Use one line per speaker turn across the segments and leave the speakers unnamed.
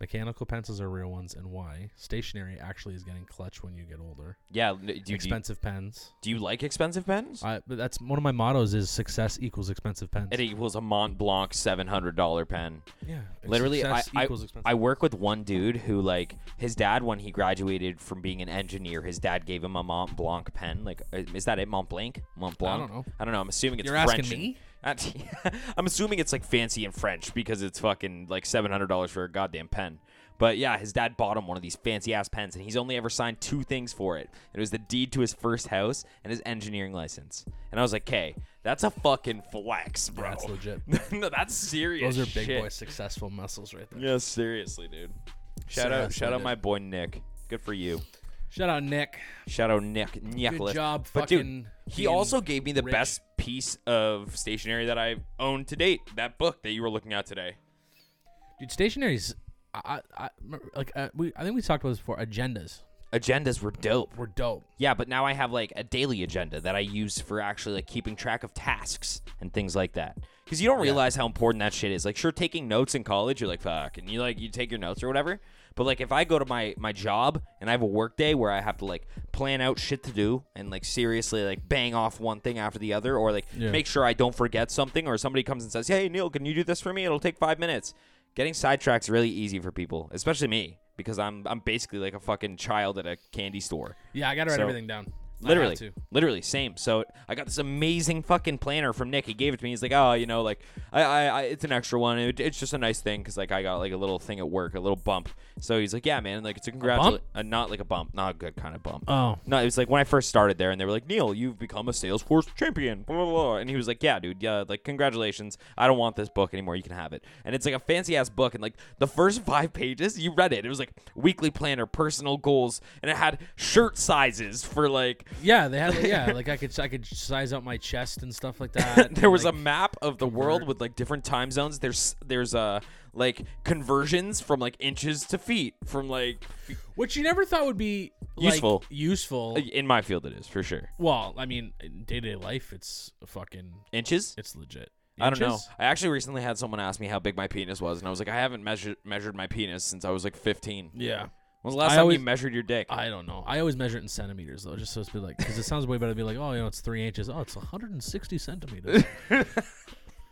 Mechanical pencils are real ones, and why? Stationary actually is getting clutch when you get older.
Yeah. n- Do you, do you-
expensive pens.
do you like expensive pens?
I, but that's one of my mottos: is success equals expensive pens.
it equals a Mont Blanc seven hundred dollar pen.
yeah,
Literally, I,
success
I,
equals expensive.
I work with one dude who, like, his dad, when he graduated from being an engineer, his dad gave him a Mont Blanc pen. Like, uh, is that it? Mont Blanc? Mont Blanc?
don't know.
I don't know. I'm assuming it's
You're
French.
asking
and-
me?
At- I'm assuming it's, like, fancy and French because it's fucking, like, $700 for a goddamn pen. But yeah, his dad bought him one of these fancy ass pens, and he's only ever signed two things for it. It was the deed to his first house and his engineering license. And I was like, "Okay, that's a fucking flex, bro.
that's legit.
no, that's serious.
Those are big
shit.
boy successful muscles right there.
Yeah, seriously, dude. Shout out,
Seriously,
shout out
dude.
my boy Nick. Good for you.
Shout out Nick.
Shout out Nick Nicholas.
job
but
fucking
dude, he
being
also gave me the
rich.
best piece of stationery that I've owned to date. That book that you were looking at today.
Dude, stationaries. I, I, I like uh, we. I think we talked about this before. Agendas
Agendas were dope.
were dope.
Yeah, but now I have like a daily agenda that I use for actually like keeping track of tasks and things like that. Because you don't realize how important that shit is. Like, sure, taking notes in college, you're like, fuck, and you like you take your notes or whatever. But like, if I go to my my job and I have a work day where I have to like plan out shit to do and like seriously like bang off one thing after the other, or like
Yeah.
make sure I don't forget something, or somebody comes and says, hey Neil, can you do this for me? It'll take five minutes. Getting sidetracked is really easy for people, especially me, because I'm I'm basically like a fucking child at a candy store.
Yeah, I gotta write
So-
everything down. I have
Literally,
to.
literally, same. So I got this amazing fucking planner from Nick. He gave it to me. He's like, oh, you know, like I, I, I it's an extra one. It, it's just a nice thing because like I got like a little thing at work, a little bump. So he's like, yeah, man, like it's a congratulation. Uh, not like a bump, not a good kind of bump.
Oh.
no, it was like when I first started there, and they were like, Neil, you've become a Salesforce champion, blah blah blah. And he was like, yeah, dude, yeah, like congratulations. I don't want this book anymore. You can have it. And it's like a fancy ass book, and like the first five pages, you read it. It was like weekly planner, personal goals, and it had shirt sizes for like.
Yeah, they had. Yeah, like I could I could size up my chest and stuff like that.
there was
like,
a map of the world with like different time zones. There's there's uh like conversions from like inches to feet from like
which you never thought would be like,
Useful.
Useful.
in my field it is for sure
Well, I mean, day to day life, it's fucking
inches.
it's legit.
I don't know.
Inches?
I actually recently had someone ask me how big my penis was, and I was like, I haven't measured measured my penis since I was like 15. When
Yeah.
was the last
I
time
always-
you measured your dick?
I don't know. I always measure it in centimeters though, just so it's be like, because it sounds way better to be like, oh, you know, it's three inches. Oh, it's 160 centimeters.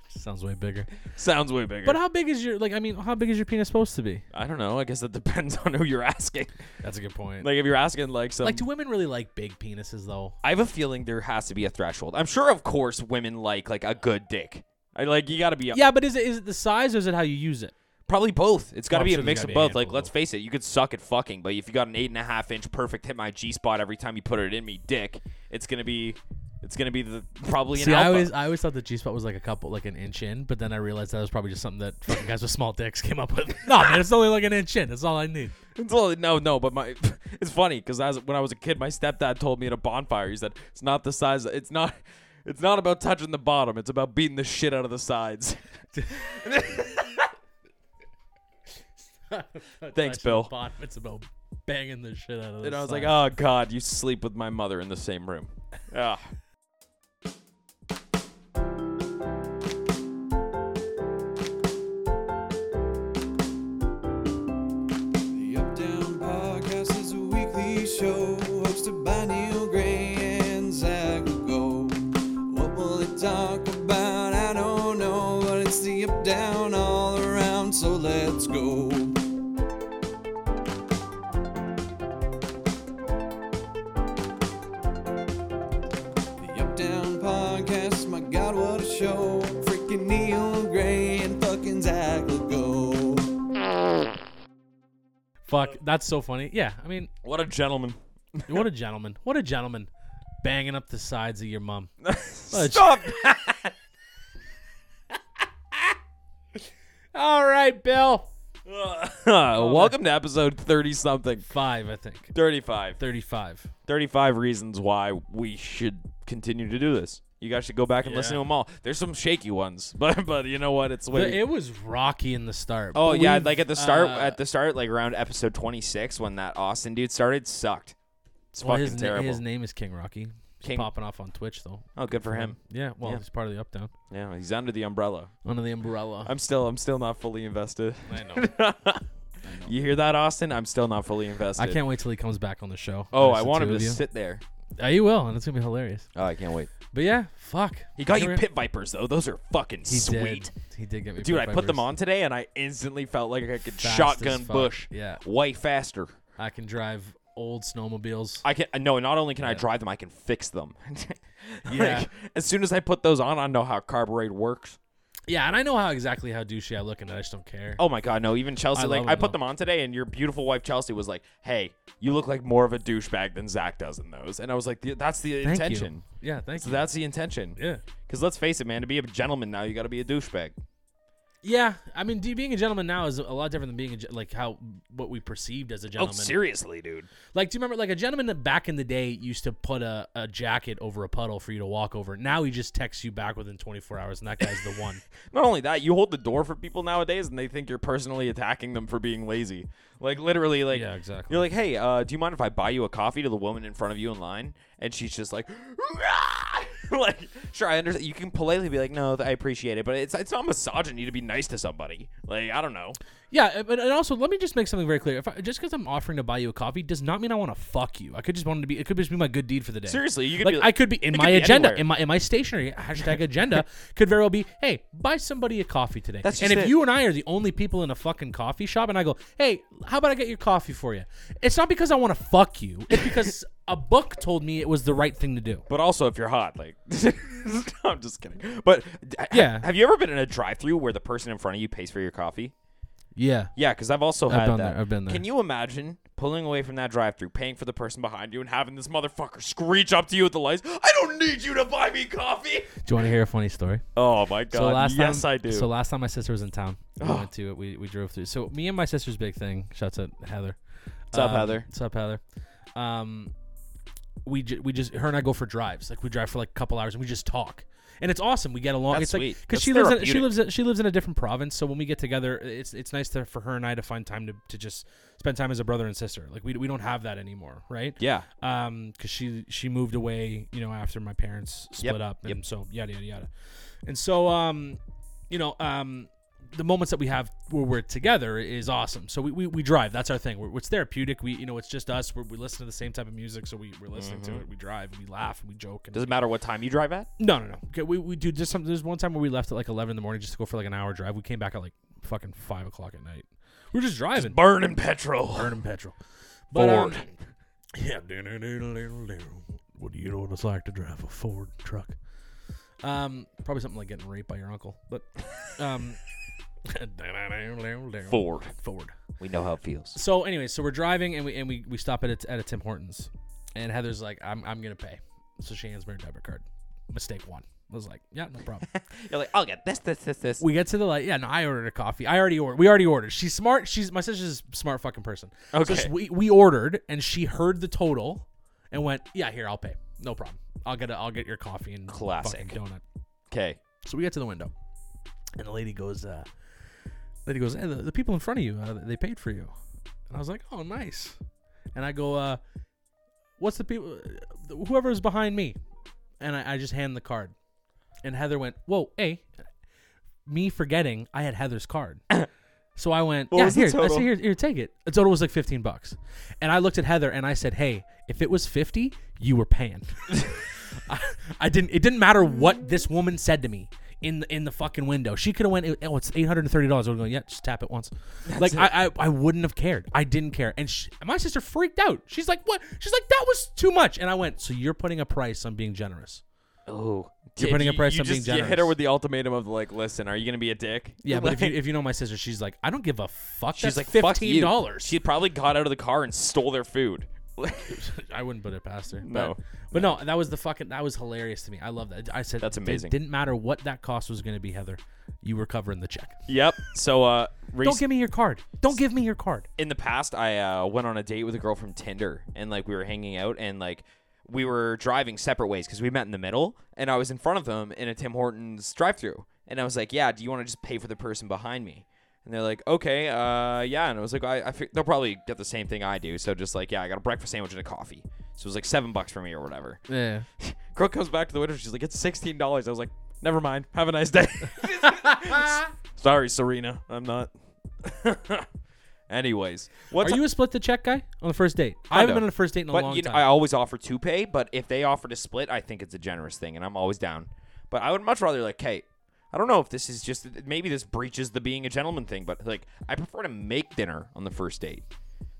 sounds way bigger.
Sounds way bigger.
But how big is your like? I mean, how big is your penis supposed to be?
I don't know. I guess that depends on who you're asking.
That's a good point. Like,
Like if you're asking like some
do women really like big penises though?
I have a feeling there has to be a threshold. I'm sure, of course, women like like a good dick. I like you got to be
Yeah, but is it is it the size or is it how you use it?
probably both. It's got to
Well, I'm
be
sure
a
there's
mix
gotta
of
be a
both. Like,
handful
let's
of-
face it, you could suck at fucking, but if you got an eight and a half inch perfect hit my G spot every time you put it in me dick, it's gonna be, it's gonna be the probably an
See, I
alpha.
always I always thought the G spot was like a couple, like an inch in, but then I realized that was probably just something that fucking guys with small dicks came up with. no, man, it's only like an inch in. That's all I need.
It's all- no, no, but my it's funny because as when I was a kid, my stepdad told me at a bonfire, he said it's not the size, it's not, it's not about touching the bottom, it's about beating the shit out of the sides. Thanks,
Touch the
Bill.
bottom, It's about banging the shit out of.
And
the
I was
side.
like, oh god, you sleep with my mother in the same room. Ah.
The Up Down Podcast is a weekly show hosted by Neil Gray and Zach Go. What will it talk about? I don't know, but it's the Up Down all around, so let's go. The Up Down Podcast, my God, what a show! Freaking Neil Gray and fucking Zach Go.
fuck, that's so funny. Yeah, I mean,
what a gentleman.
what a gentleman. What a gentleman. Banging up the sides of your mom.
Stop.
All right, Bill.
Welcome to episode thirty something,
Five, I think.
thirty five.
Thirty-five.
35 reasons why we should continue to do this. You guys should go back and listen to
Yeah.
them all. There's some shaky ones, but but you know what? It's way.
The- it was rocky in the start.
oh
but
yeah,
we've,
like at the start,
uh,
at the start, like around episode 26, when that Austin dude started, sucked. It's
well,
fucking
his, na-
terrible.
his name is King Rocky. He's
King-
popping off on Twitch though.
oh, good for him.
Yeah, well,
Yeah.
he's part of the up down
Yeah, he's under the umbrella.
under the umbrella.
I'm still, I'm still not fully invested.
I know. I know.
You hear that, Austin? I'm still not fully invested.
I can't wait till he comes back on the show.
Oh,
There's
I
the
want
two
him to
of you.
sit there.
Uh, you will, and it's gonna be hilarious.
Oh, I can't wait.
But yeah, fuck.
He got
Here
you
we-
pit vipers though. Those are fucking
He
sweet.
Did. He did get me.
Dude,
pit
I put them
vipers.
on today and I instantly felt like I could
Fast as
shotgun
fuck.
bush
Yeah,
way faster.
I can drive old snowmobiles.
I can no, not only can I
Yeah.
drive them, I can fix them. Like,
Yeah.
as soon as I put those on, I know how carburetor works.
yeah, and I know how exactly how douchey I look, and I just don't care.
Oh my god, no, even Chelsea
I
like
love
I
them,
put
though.
them on today and your beautiful wife Chelsea was like, "Hey, you look like more of a douchebag than Zach does in those." And I was like, "Yeah, "That's the
thank
intention."
you. Yeah, thank
So
you.
that's the intention.
yeah,
Cuz let's face it, man, to be a gentleman now, you got to be a douchebag.
yeah. I mean, do- being a gentleman now is a lot different than being a, ge- like how what we perceived as a
Oh,
gentleman.
seriously, dude.
Like, do you remember like a gentleman that back in the day used to put a, a jacket over a puddle for you to walk over? Now he just texts you back within 24 hours, and that guy's the one.
Not only that, you hold the door for people nowadays, and they think you're personally attacking them for being lazy. Like literally, like
Yeah, exactly.
You're like, hey, uh, do you mind if I buy you a coffee to the woman in front of you in line? And she's just like, "Rah!" like sure, I understand. You can politely be like, no, th- I appreciate it, but it's it's not misogyny to be nice to somebody. Like I don't know.
Yeah, uh, but and also let me just make something very clear. If I, just because I'm offering to buy you a coffee does not mean I want to fuck you. I could just want to be. It could just be my good deed for the day.
Seriously, you could
like,
be
I could be in
it
my
could be
agenda,
anywhere.
in my in my stationery hashtag agenda could very well be, hey, buy somebody a coffee today.
That's
and
just
if
it.
you and I are the only people in a fucking coffee shop, and I go, hey, how about I get your coffee for you? It's not because I want to fuck you. It's because a book told me it was the right thing to do.
But also, if you're hot, like I'm just kidding. But d- ha-
Yeah.
have you ever been in a drive-through where the person in front of you pays for your coffee?
Yeah.
Yeah, because I've also
I've
had
done
that.
there, I've been there.
Can you imagine pulling away from that drive-through, paying for the person behind you, and having this motherfucker screech up to you at the lights? I don't need you to buy me coffee.
Do you want to hear a funny story?
Oh my god! yes,
time,
I do.
So last time my sister was in town, we went to it. We, we drove through. So me and my sister's big thing. Shouts out Heather. What's
up, Heather?
What's up, Heather? Um, we ju- we just her and I go for drives. Like we drive for like a couple hours and we just talk. And it's awesome. We get along.
That's
it's like
sweet.
because
That's
she lives in, she
therapeutic.
lives in, she lives in a different province. So when we get together, it's it's nice to, for her and I to find time to, to just spend time as a brother and sister. Like we, we don't have that anymore, right?
yeah,
um because she she moved away you know after my parents split
Yep,
up
yep.
and so yada yada yada and so um you know um the moments that we have where we're together is awesome so we, we, we drive that's our thing we're, it's therapeutic we you know it's just us we're, we listen to the same type of music so we, we're listening to it we drive and we laugh and we joke and
doesn't matter what time you drive at.
no no no okay, we, we do just something there's one time where we left at like 11 in the morning just to go for like an hour drive we came back at like fucking five o'clock at night we were just driving
Burning petrol.
burning petrol but, um,
Ford.
yeah. What do you know what it's like to drive a Ford truck? Um, probably something like getting raped by your uncle, but um,
Ford.
Ford.
We know how it feels.
So, anyway, so we're driving and we and we, we stop at a, at a Tim Hortons, and Heather's like, "I'm I'm gonna pay," so she hands me her debit card. Mistake one. I was like, "Yeah, no problem."
You're like, I'll get this, this, this, this.
we get to the light. Yeah, no, I ordered a coffee. I already ordered. We already ordered. She's smart. She's my sister's a smart fucking person. So
Okay.
she- we, we ordered and she heard the total and went, "Yeah, here, I'll pay. No problem. I'll get a, I'll get your coffee and
Classic.
fucking donut."
Okay.
So we get to the window, and the lady goes, uh, "Lady goes, hey, the, the people in front of you, uh, they paid for you." And I was like, "Oh, nice." And I go, uh, "What's the people? Whoever's behind me?" And I, I just hand the card, and Heather went, "Whoa, hey." Me forgetting I had Heather's card. So I went,
What
yeah,
was the
here, I
total?
said, here, here, take it. The total was like 15 bucks. And I looked at Heather and I said, hey, if it was 50, you were paying. I, I didn't, it didn't matter what this woman said to me in the, in the fucking window. She could have went, oh, it's $830. I would have gone, yeah, just tap it once. like, I, I, I wouldn't have cared. I didn't care. And she, my sister freaked out. She's like, what? She's like, that was too much. And I went, so you're putting a price on being generous.
Oh.
You're putting a price on being
You hit her
generous.
with the ultimatum of like, listen, are you gonna be a dick?
Yeah, but if you,
Like,
if you know my sister, she's like, I don't give a fuck.
she's
That's
like, fuck you.
$15.
She probably got out of the car and stole their food.
I wouldn't put it past her.
No.
But, but no, that was the fucking that was hilarious to me. I love that. I said
That's
"It
amazing.
Didn't matter what that cost was going to be, Heather. You were covering the check.
yep. So uh,
Don't
Reese,
give me your card. Don't give me your card.
in the past I uh, went on a date with a girl from Tinder and like we were hanging out and like we were driving separate ways because we met in the middle and I was in front of them in a Tim Hortons drive through and I was like, yeah, do you want to just pay for the person behind me? And they're like, okay, uh, yeah. And I was like, I, I fi- they'll probably get the same thing I do. So just like, yeah, I got a breakfast sandwich and a coffee. So it was like seven bucks for me or whatever.
Yeah.
Girl comes back to the window. She's like, it's $16. I was like, never mind. Have a nice day. Sorry, Serena. I'm not. Anyways, what's
Are you a split the check guy on the first date? I haven't
of.
been on a first date in a
but
long
you know,
time.
I always offer two pay, but if they offer to split, I think it's a generous thing, and I'm always down. But I would much rather like, hey, I don't know if this is just maybe this breaches the being a gentleman thing, but like I prefer to make dinner on the first date.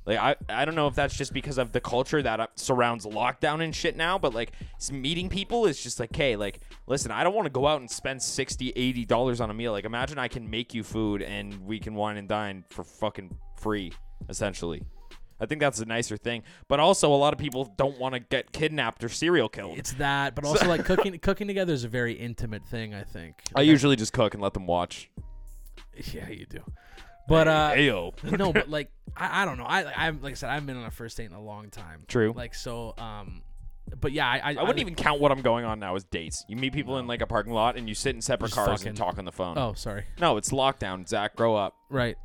Like I, I don't know if that's just because of the culture that uh, surrounds lockdown and shit now, but like s- meeting people is just like, hey, like listen, I don't want to go out and spend 60 dollars on a meal. Like imagine I can make you food and we can wine and dine for fucking free, essentially. I think that's a nicer thing. But also, a lot of people don't want to get kidnapped or serial killed.
it's that, but also like cooking cooking together is a very intimate thing. I think.
I usually just cook and let them watch.
yeah, you do. But uh,
Ayo.
no, but like I, I don't know. I I like I said I've been on a first date in a long time.
True.
Like so um, but yeah, I I,
I wouldn't even count what I'm going on now as dates. You meet people in like a parking lot and you sit in separate
Just
cars
fucking-
and talk on the phone.
Oh, sorry.
No, it's lockdown. Zach, grow up.
Right.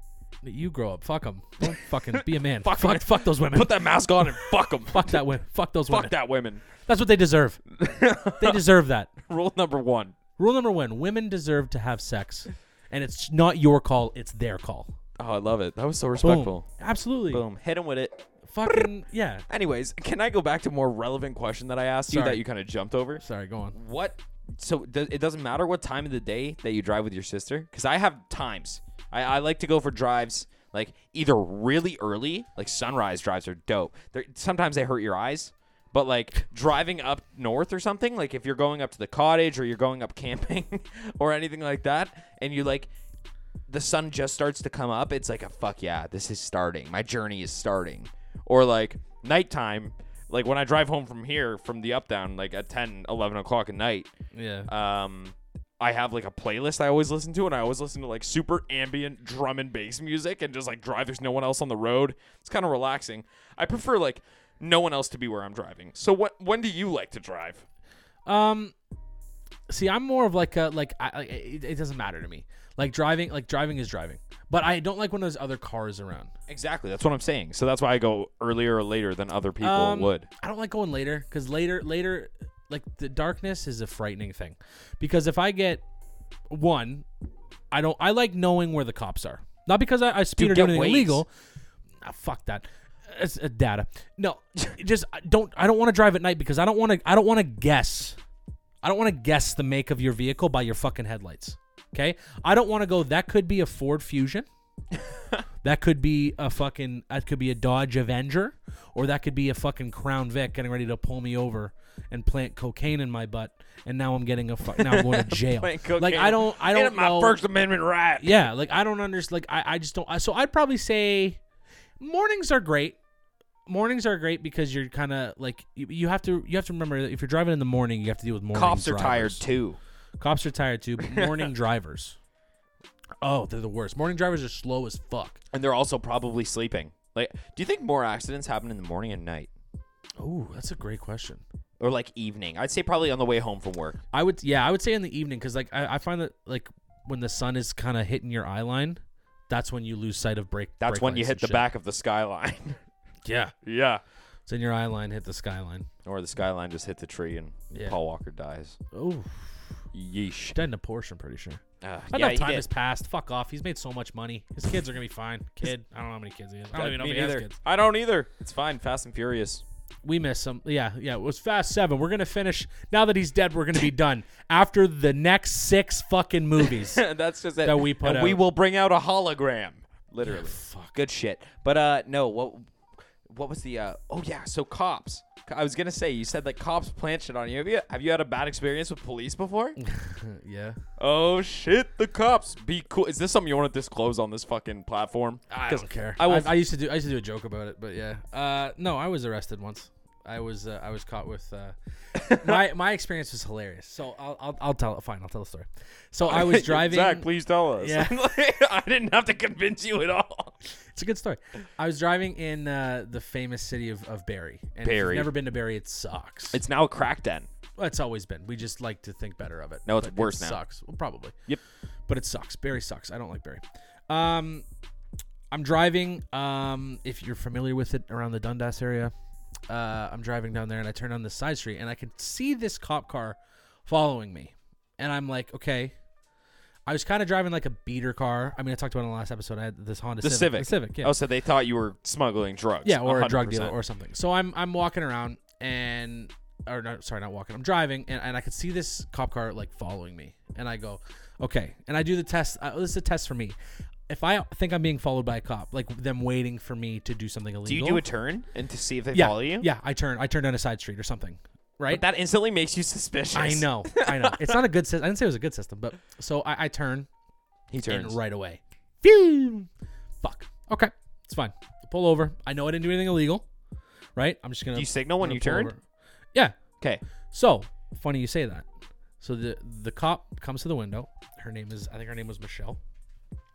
You grow up. Fuck them. Don't fucking be a man.
Fuck
fuck, fuck,
'em.
those women.
Put that mask on and fuck them.
fuck that women. Fuck those women.
Fuck that women.
That's what they deserve. they deserve that.
Rule number one.
Rule number one: women deserve to have sex, and it's not your call; it's their call.
Oh, I love it. That was so
Boom.
respectful.
Absolutely.
Boom. Hit him with it.
Fucking yeah.
Anyways, can I go back to a more relevant question that I asked you
Sorry.
that you kind of jumped over?
Sorry. Go on.
what so do, it doesn't matter what time of the day that you drive with your sister because i have times I, I like to go for drives like either really early like sunrise drives are dope They're, sometimes they hurt your eyes but like driving up north or something like if you're going up to the cottage or you're going up camping or anything like that and you like the sun just starts to come up, it's like a fuck yeah, this is starting. My journey is starting. Or like nighttime, like when I drive home from here from the up down, like at 10, 11 o'clock at night,
Yeah.
um, I have like a playlist I always listen to, and I always listen to like super ambient drum and bass music and just like drive. There's no one else on the road. It's kind of relaxing. I prefer like no one else to be where I'm driving. So what when do you like to drive?
Um, see, I'm more of like a like I, I it, it doesn't matter to me. Like driving, like driving is driving, but I don't like when there's other cars around.
Exactly. That's what I'm saying. So that's why I go earlier or later than other people
Um,
would.
I don't like going later because later, later, like the darkness is a frightening thing, because if I get one, I don't. I like knowing where the cops are, not because I, I speed
Dude,
or do
get
anything
Waze.
illegal. Ah, fuck that. It's uh, data. No, just I don't. I don't want to drive at night because I don't want to. I don't want to guess. I don't want to guess the make of your vehicle by your fucking headlights. Okay, I don't want to go. That could be a Ford Fusion. That could be a fucking. That could be a Dodge Avenger, or that could be a fucking Crown Vic getting ready to pull me over and plant cocaine in my butt, and now I'm getting a fuck. Now I'm going to jail.
Plant cocaine.
Like I don't. I
Ain't
don't
it my
know.
First Amendment right.
yeah, like I don't understand. Like I, I just don't. I- So I'd probably say mornings are great. Mornings are great because you're kind of like you, you have to you have to remember that if you're driving in the morning you have to deal with morning
Cops are tired
drivers.
too.
Cops are tired too. But morning drivers. Oh, they're the worst. Morning drivers are slow as fuck.
And they're also probably sleeping. Like, do you think more accidents happen in the morning and night?
Oh, that's a great question.
Or like evening? I'd say probably on the way home from work.
I would, yeah, I would say in the evening because like I, I find that like when the sun is kind of hitting your eye line, that's when you lose sight of break.
That's
brake
when you
lights
hit
and
the
shit.
back of the skyline.
Yeah,
yeah.
it's in your eye line, hit the skyline.
Or the skyline just hit the tree and
Yeah.
Paul Walker dies.
Oh,
Yeesh.
died in a Porsche, I'm pretty sure.
Uh,
Enough time has passed. Fuck off. He's made so much money. His kids are gonna be fine. Kid, I don't know how many kids he has.
Uh,
I don't even know if he has
either.
kids.
I don't either. It's fine. Fast and Furious.
We missed some. Yeah, yeah. It was Fast Seven. We're gonna finish. Now that he's dead, we're gonna be done after the next six fucking movies.
That's just it.
That we put
and we
out.
will bring out a hologram. Literally.
fuck.
Good shit. But uh no, what what was the uh oh yeah, so cops. I was gonna say you said that cops plant shit on you. Have you have you had a bad experience with police before?
yeah.
oh shit, the cops. Be cool. Is this something you want to disclose on this fucking platform?
I
'Cause
don't care.
I
I,
will
I, used to do. I used to do a joke about it, but yeah. Uh, no, I was arrested once. I was uh, I was caught with uh, my my experience was hilarious. So I'll I'll, I'll tell it. Fine, I'll tell the story. So I was driving.
Zach, please tell us.
Yeah.
I didn't have to convince you at all.
It's a good story. I was driving in uh, the famous city of, of Barry. And if
Barrie.
you've never been to Barry, it sucks. It's,
It's now a crack den.
well, it's always been. We just like to think better of it.
No, it's
but
worse
it
now.
Sucks. Well, probably.
Yep.
But it sucks. Barry sucks. I don't like Barry. Um, I'm driving. Um, if you're familiar with it around the Dundas area, uh, I'm driving down there and I turn on the side street and I can see this cop car following me, and I'm like, okay. I was kind of driving like a beater car. I mean, I talked about it in the last episode. I had this Honda
The Civic.
The Civic, yeah.
Oh, so they thought you were smuggling drugs.
Yeah, or a drug
100%.
dealer or something. So I'm I'm walking around and or not sorry, not walking. I'm driving and, and I could see this cop car like following me. And I go, okay. And I do the test. Uh, this is a test for me. If I think I'm being followed by a cop, like them waiting for me to do something illegal.
Do you do a turn and to see if they
yeah,
follow you?
Yeah, I turn. I turn down a side street or something. Right.
But that instantly makes you suspicious.
I know. I know. It's not a good system. I didn't say it was a good system, but so I, I turn
He
and
turns.
right away. Phew. Fuck. Okay. It's fine. Pull over. I know I didn't do anything illegal. Right? I'm just gonna
Do you signal when
gonna
you
pull
turned?
over. Yeah.
Okay.
So funny you say that. So the the cop comes to the window. Her name is I think her name was Michelle.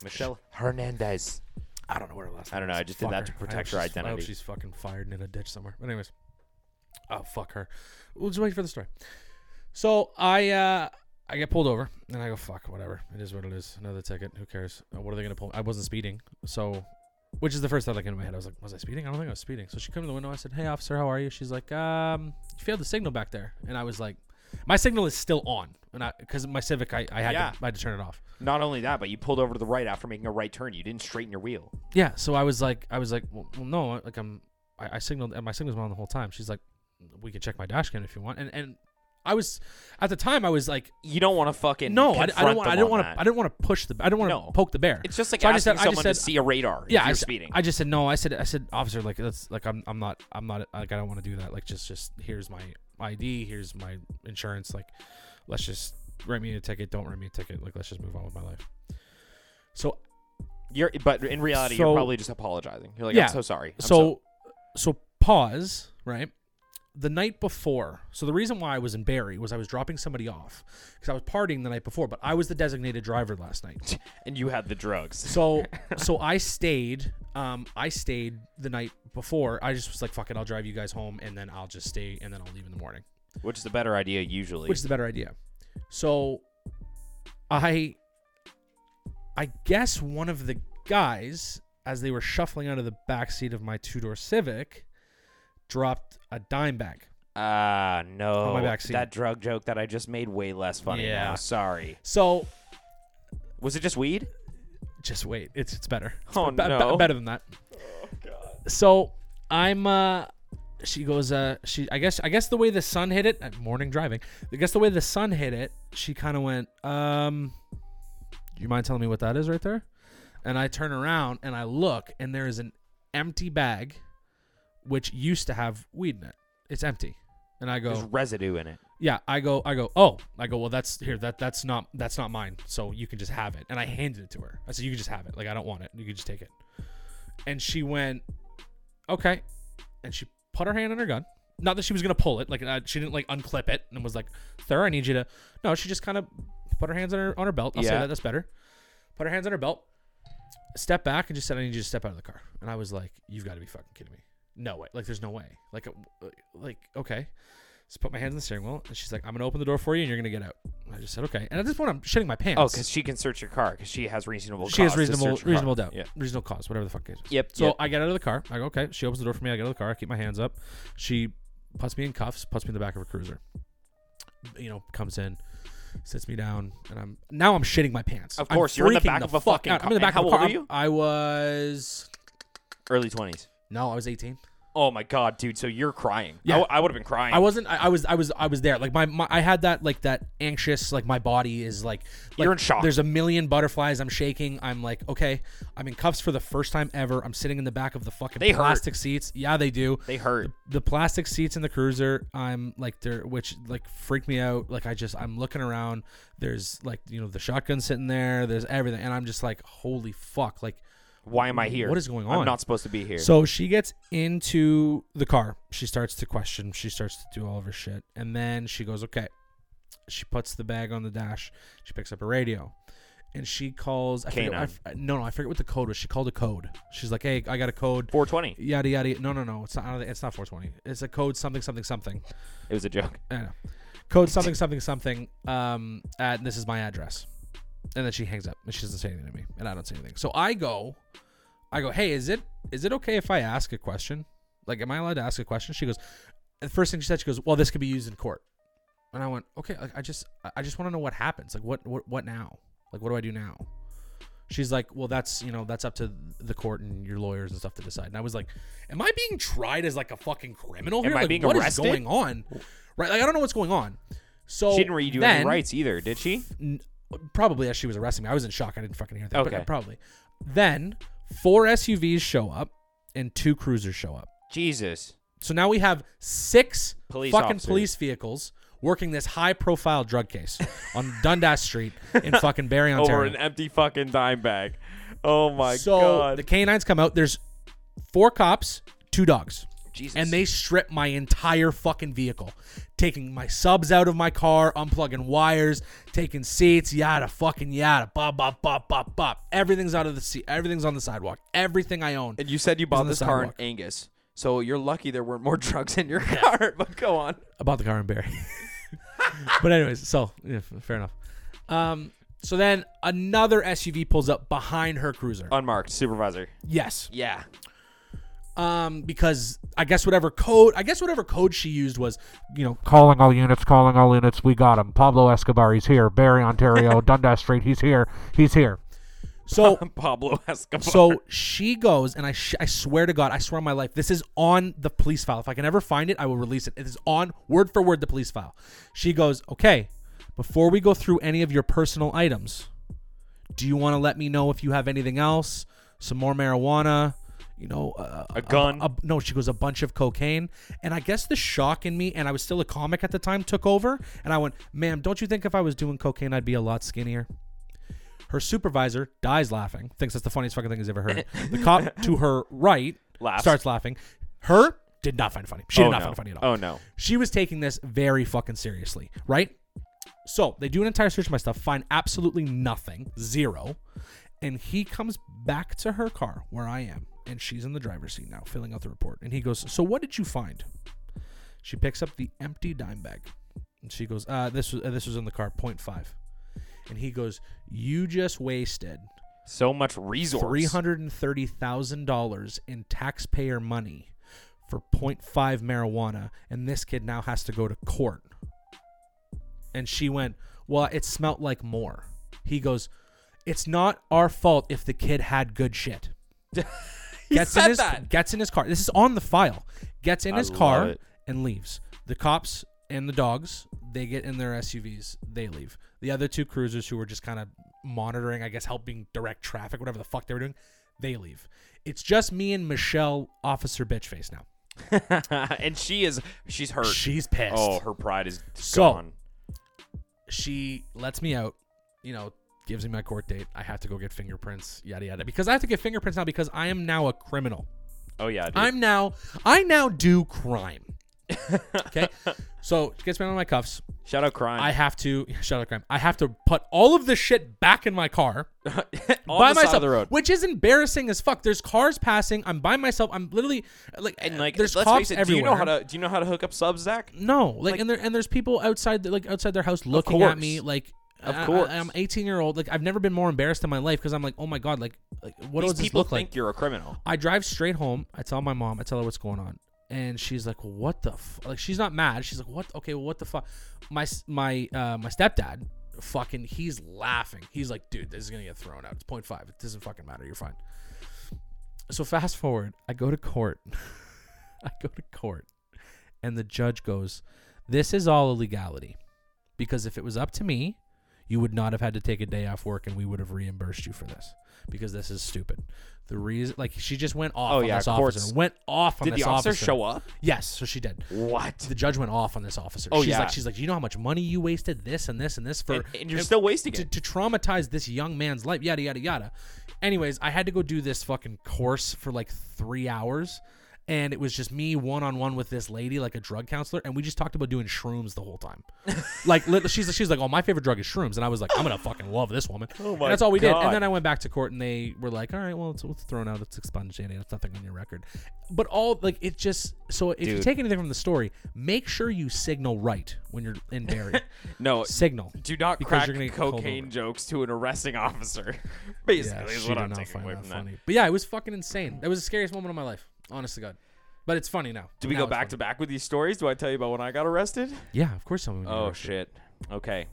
Michelle Hernandez.
I don't know where her last.
I don't know. I just did
Fuck
that to
her. I hope
protect her
she's- I hope
identity.
she's fucking fired and in a ditch somewhere. But anyways, oh fuck her. We'll just wait for the story. So I uh I get pulled over and I go fuck whatever. It is what it is. Another ticket. Who cares? Uh, What are they gonna pull? I wasn't speeding. So, which is the first thought that came to my head. I was like, was I speeding? I don't think I was speeding. So she came to the window. I said, hey officer, how are you? She's like, um, you failed the signal back there. And I was like, my signal is still on, and I because my Civic, I, I had
Yeah.
to, I had to turn it off.
Not only that, but you pulled over to the right after making a right turn. You didn't straighten your wheel.
Yeah, so I was like, I was like, well, well, no, uh, like I'm, I, I signaled, and my signal's on the whole time. She's like, we can check my dash cam if you want, and and I was, at the time, I was like,
You don't want to fucking
no, I, I
confront
don't want,
them
I didn't
on
want
that.
to, I didn't want to push the, I didn't want to
No.
poke the bear.
It's just like
So I just
asking
said- I just
someone
said-
to see a radar.
yeah,
if
I
you're
s-
speeding.
I just said no. I said, I said, officer, like that's like I'm, I'm not, I'm not, like I don't want to do that. Like just, just here's my ID, here's my insurance. Like, let's just write me a ticket. Don't write me a ticket. Like let's just move on with my life. So
you're, but in reality,
So-
you're probably just apologizing. You're like,
Yeah.
I'm so sorry. I'm
so so pause right the night before so the reason why i was in barry was i was dropping somebody off because i was partying the night before but i was the designated driver last night
so- and you had the drugs.
so so i stayed um i stayed the night before i just was like fuck it i'll drive you guys home and then i'll just stay and then i'll leave in the morning
Which is the better idea usually.
which is the better idea so i i guess one of the guys as they were shuffling out of the back seat of my two-door civic dropped a dime bag
Ah, no.
Oh, my back seat.
That drug joke that I just made way less funny
Yeah.
now. Sorry.
so
Was it just weed?
just wait it's it's better It's
Oh,
be- be-
no. Oh,
better than that so i'm uh she goes uh she i guess i guess the way the sun hit it at morning driving i guess the way the sun hit it she kind of went um you mind telling me what that is right there and i turn around and i look and there is an empty bag which used to have weed in it it's empty and i go
There's residue in it.
yeah i go i go oh i go well that's here that that's not that's not mine so you can just have it and i handed it to her i said you can just have it like i don't want it you can just take it and she went okay and she put her hand on her gun not that she was gonna pull it like uh, she didn't like unclip it and was like sir i need you to no she just kind of put her hands on her on her belt i'll say
Yeah.
that that's better put her hands on her belt stepped back and just said i need you to step out of the car and i was like you've got to be fucking kidding me no way like there's no way like uh, like okay just put my hands on the steering wheel, and she's like, "I'm gonna open the door for you, and you're gonna get out." And I just said, "Okay." And at this point, I'm shitting my pants.
Oh, because she can search your car because she has reasonable.
she has
cause to
reasonable
search your car.
reasonable doubt,
Yeah.
reasonable cause, whatever the fuck it is.
Yep.
So
yep.
I get out of the car. I go, "Okay." She opens the door for me. I get out of the car. I keep my hands up. She puts me in cuffs, puts me in the back of her cruiser. You know, comes in, sits me down, and I'm now I'm shitting my pants.
Of
I'm
course, you're in the
freaking
back of a
fuck
fucking
out. I'm in the
car.
back
And
of a
how
car.
old are you?
I was
early twenties.
no, I was 18.
Oh my god, dude! So you're crying.
Yeah.
I, would have been crying.
I wasn't. I, I was. I was. I was there. Like my, my. I had that. Like that anxious. Like my body is like, like.
You're in shock.
There's a million butterflies. I'm shaking. I'm like, okay. I'm in cuffs for the first time ever. I'm sitting in the back of the fucking
They hurt.
plastic seats. Yeah, they do.
they hurt.
the plastic seats in the cruiser. I'm like there, which like freaked me out. Like I just, I'm looking around. There's like you know the shotgun sitting there. There's everything, and I'm just like, holy fuck, like.
Why am I here?
What is going on?
I'm not supposed to be here.
So she gets into the car. She starts to question. She starts to do all of her shit. And then she goes, okay. She puts the bag on the dash. She picks up a radio. And she calls. I forget, I,
K9.
f- no, no, I forget what the code was. She called a code. She's like, hey, I got a code.
420.
Yada, yada. No, no, no. It's not, I don't think- it's not 420. It's a code something, something, something.
It was a joke.
I don't know. Code something, something, something. Um, at, this is my address. And then she hangs up and she doesn't say anything to me. And I don't say anything. So I go, I go, hey, is it is it okay if I ask a question? Like, am I allowed to ask a question? She goes, the first thing she said, she goes, well, this could be used in court. And I went, okay, like, I just I- I just want to know what happens. Like, what what what now? Like, what do I do now? She's like, well, that's you know, that's up to the court and your lawyers and stuff to decide. And I was like, am I being tried as like a fucking criminal here?
Am I
like,
being
what is
arrested?
going on? Right? Like, I don't know what's going on. So
She didn't read you
Oh, then,
any rights either, did she?
n- probably as she was arresting me. I was in shock. I didn't fucking hear that.
Okay.
But probably. Then four SUVs show up and two cruisers show up.
Jesus.
So now we have six
Police
fucking
officers.
police vehicles working this high profile drug case on Dundas Street in fucking Barry, Ontario.
Over an empty fucking dime bag. Oh my
so
god.
the canines come out. There's four cops, two dogs.
Jesus.
And they strip my entire fucking vehicle, taking my subs out of my car, unplugging wires, taking seats, yada fucking yada, bop bop bop bop bop. Everything's out of the seat. Everything's on the sidewalk. Everything I own.
And you said you
on
bought
the
this car in
sidewalk.
Angus. So you're lucky there weren't more drugs in your car, but go on.
about the car and Barry. but anyways, so yeah, f- fair enough. Um, so then another SUV pulls up behind her cruiser.
Unmarked supervisor.
yes.
Yeah.
Um, because I guess whatever code, I guess whatever code she used was, you know,
Calling all units, calling all units. We got him. Pablo Escobar, he's here. Barry, Ontario, Dundas Street, he's here. He's here.
so
Pablo Escobar.
So she goes, and I, sh- I swear to God, I swear on my life, this is on the police file. If I can ever find it, I will release it. It is on word for word the police file. She goes, okay, before we go through any of your personal items, do you want to let me know if you have anything else, some more marijuana, you know, uh,
A gun.
a- no, she goes a bunch of cocaine, and I guess the shock in me, and I was still a comic at the time, took over, and I went, "Ma'am, don't you think if I was doing cocaine, I'd be a lot skinnier?" Her supervisor dies laughing, thinks that's the funniest fucking thing he's ever heard. the cop to her right
Laughs.
starts laughing. Her did not find it funny. She
oh,
did not
no.
find it funny at all
Oh no.
she was taking this very fucking seriously, right? So they do an entire search of my stuff, find absolutely nothing, zero. And he comes back to her car where I am, and she's in the driver's seat now, filling out the report. And he goes, So what did you find? She picks up the empty dime bag. And she goes, uh, this was uh, this was in the car, 0.5. And he goes, You just wasted
So much resource.
three hundred and thirty thousand dollars in taxpayer money for 0.5 marijuana, and this kid now has to go to court. And she went, "Well, it smelt like more." He goes, "It's not our fault if the kid had good shit."
He
gets in
said
his
that.
gets in his car. This is on the file. Gets in
I
his
love
car
it.
and leaves. The cops and the dogs, they get in their SUVs, they leave. The other two cruisers who were just kind of monitoring, I guess helping direct traffic, whatever the fuck they were doing, they leave. It's just me and Michelle, Officer Bitchface now.
and she is she's hurt.
She's pissed.
oh, her pride is
So-
gone.
she lets me out, you know, gives me my court date. I have to go get fingerprints, yada yada. Because I have to get fingerprints now because I am now a criminal.
Oh yeah. Dude.
I'm now I now do crime. okay, so she gets me out of my cuffs.
Shout out crime.
I have to shout out crime. I have to put all of this shit back in my car
On
by
the
myself,
side of the road.
which is embarrassing as fuck. There's cars passing. I'm by myself. I'm literally like
And like,
there's
let's
cops
face it.
everywhere.
Do you know how to do you know how to hook up subs, Zach?
No, like, and there and there's people outside the- like outside their house looking
course.
at me like.
Of
I- I-
course.
I'm 18 year old. Like I've never been more embarrassed in my life because I'm like, oh my god, like, like what
These
does this
people
look
think
like?
you're a criminal.
I drive straight home. I tell my mom. I tell her what's going on, and she's like, "What the f-? like?" She's not mad. She's like, "What? Okay, well, what the fuck?" My s- my uh, my stepdad, fucking, he's laughing. He's like, "Dude, this is gonna get thrown out. It's 0.5. It doesn't fucking matter. You're fine." So fast forward, I go to court. I go to court, and the judge goes, "This is all illegality, because if it was up to me." You would not have had to take a day off work, and we would have reimbursed you for this because this is stupid. The reason, like, she just went off
Oh,
on
yeah,
this
courts.
officer. Went off on
Did
this
the officer, show up?
Yes, so she did.
What?
The judge went off on this officer.
Oh,
she's
yeah.
like, she's like, you know how much money you wasted, this and this and this for,
And, and you're still wasting
to,
it.
to traumatize this young man's life, yada yada yada. Anyways, I had to go do this fucking course for like three hours, and it was just me one on one with this lady, like a drug counselor, and we just talked about doing shrooms the whole time. like lit- she's she's like, oh, my favorite drug is shrooms, and I was like, I'm gonna fucking love this woman. Oh
my
and that's all we did.
God.
And then I went back to court, and they were like, all right, well, it's, it's thrown out, it's expunged, and it's nothing on your record. But all like it just so if you
Dude.
take anything from the story, make sure you signal right when you're in Barry.
No,
signal.
do not
because
crack
you're gonna get pulled
cocaine
over.
jokes to an arresting officer. Basically, is
she
what
did
I'm
not
taking
find
away
that
from that.
But yeah, it was fucking insane. That was the scariest moment of my life, honest to God. But it's funny now.
Do we
Now
go
it's
back
funny.
to back with these stories? Do I tell you about when I got arrested?
Yeah, of course. I'm gonna
Oh
do that.
shit. Okay.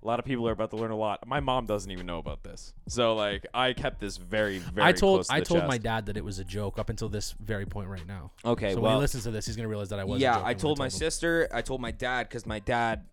A lot of people are about to learn a lot. My mom doesn't even know about this, so like I kept this very, very.
I told
close to
I
the
told
chest.
my dad that it was a joke up until this very point right now.
Okay,
so when
well-
he listens to this, he's gonna realize that I was.
yeah,
joking
I
when
told my
him.
sister. I told my dad because my dad,